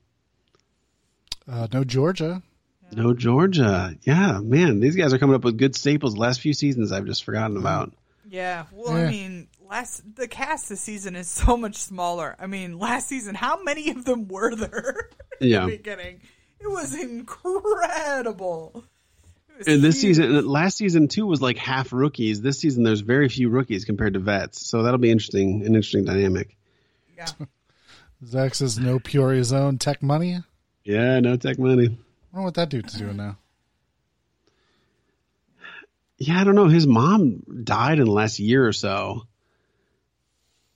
Speaker 6: Uh, no Georgia.
Speaker 4: No Georgia. Yeah, man, these guys are coming up with good staples. The last few seasons I've just forgotten about.
Speaker 7: Yeah. Well,
Speaker 6: Yeah.
Speaker 7: I mean, last the cast this season is so much smaller. I mean, last season, how many of them were there? in
Speaker 4: Yeah.
Speaker 7: the beginning, it was incredible. It was
Speaker 4: And this
Speaker 7: huge.
Speaker 4: season, and last season too was like half rookies. This season there's very few rookies compared to vets, so that'll be interesting. An interesting dynamic.
Speaker 7: Yeah.
Speaker 6: Zach says no Peoria Zone tech money. I
Speaker 4: Yeah, no tech money.
Speaker 6: wonder what that dude's doing now.
Speaker 4: Yeah, I don't know. His mom died in the last year or so.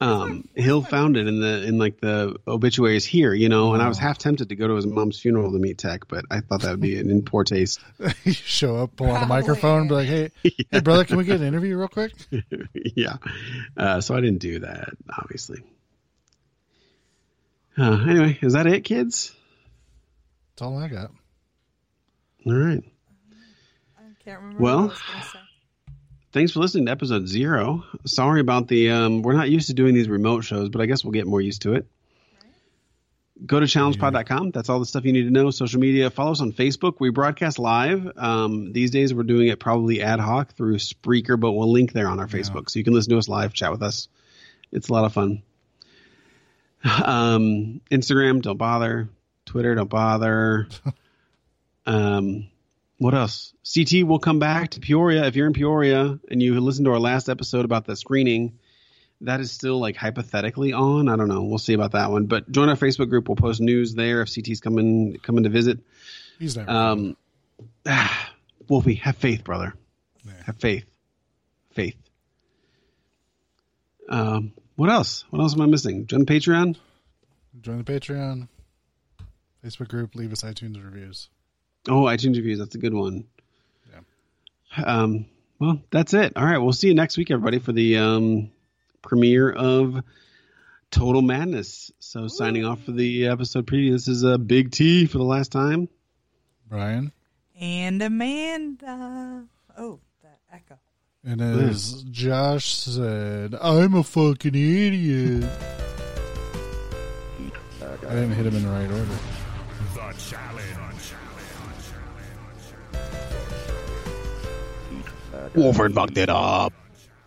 Speaker 4: Um, Hill found it in the in like the obituaries here, you know. And I was half tempted to go to his mom's funeral to meet Tech, but I thought that would be in poor taste.
Speaker 6: you show up, pull on a microphone, be like, "Hey, hey, brother, can we get an interview real quick?"
Speaker 4: yeah. Uh, so I didn't do that, obviously. Uh, anyway, is that it, kids?
Speaker 6: That's all I got.
Speaker 4: All right.
Speaker 7: I can't remember. what
Speaker 4: Well,
Speaker 7: I was gonna say.
Speaker 4: Thanks for listening to episode zero. Sorry about the. Um, we're not used to doing these remote shows, but I guess we'll get more used to it. Go to challengepod.com. That's all the stuff you need to know. Social media. Follow us on Facebook. We broadcast live. Um, these days, we're doing it probably ad hoc through Spreaker, but we'll link there on our Facebook so you can listen to us live, chat with us. It's a lot of fun. Um, Instagram, don't bother. Twitter, don't bother. um, what else? CT will come back to Peoria. If you're in Peoria and you listened to our last episode about the screening, that is still like hypothetically on. I don't know. We'll see about that one. But join our Facebook group. We'll post news there if CT's coming coming to visit.
Speaker 6: He's never.
Speaker 4: Um, ah, Wolfie, have faith, brother. Have faith. Faith. Um, what else? What else am I missing? Join the Patreon.
Speaker 6: Join the Patreon, Facebook group. Leave us iTunes reviews.
Speaker 4: Oh, iTunes reviews. That's a good one. Um, well, that's it. All right. We'll see you next week, everybody, for the um, premiere of Total Madness. So, signing off for the episode preview. This is a uh, Big T for the last time.
Speaker 6: Brian.
Speaker 7: and Amanda. Oh, that echo.
Speaker 6: And as Josh said, I'm a fucking idiot. I didn't hit him in the right order.
Speaker 8: The challenge.
Speaker 4: Wolford fucked it up.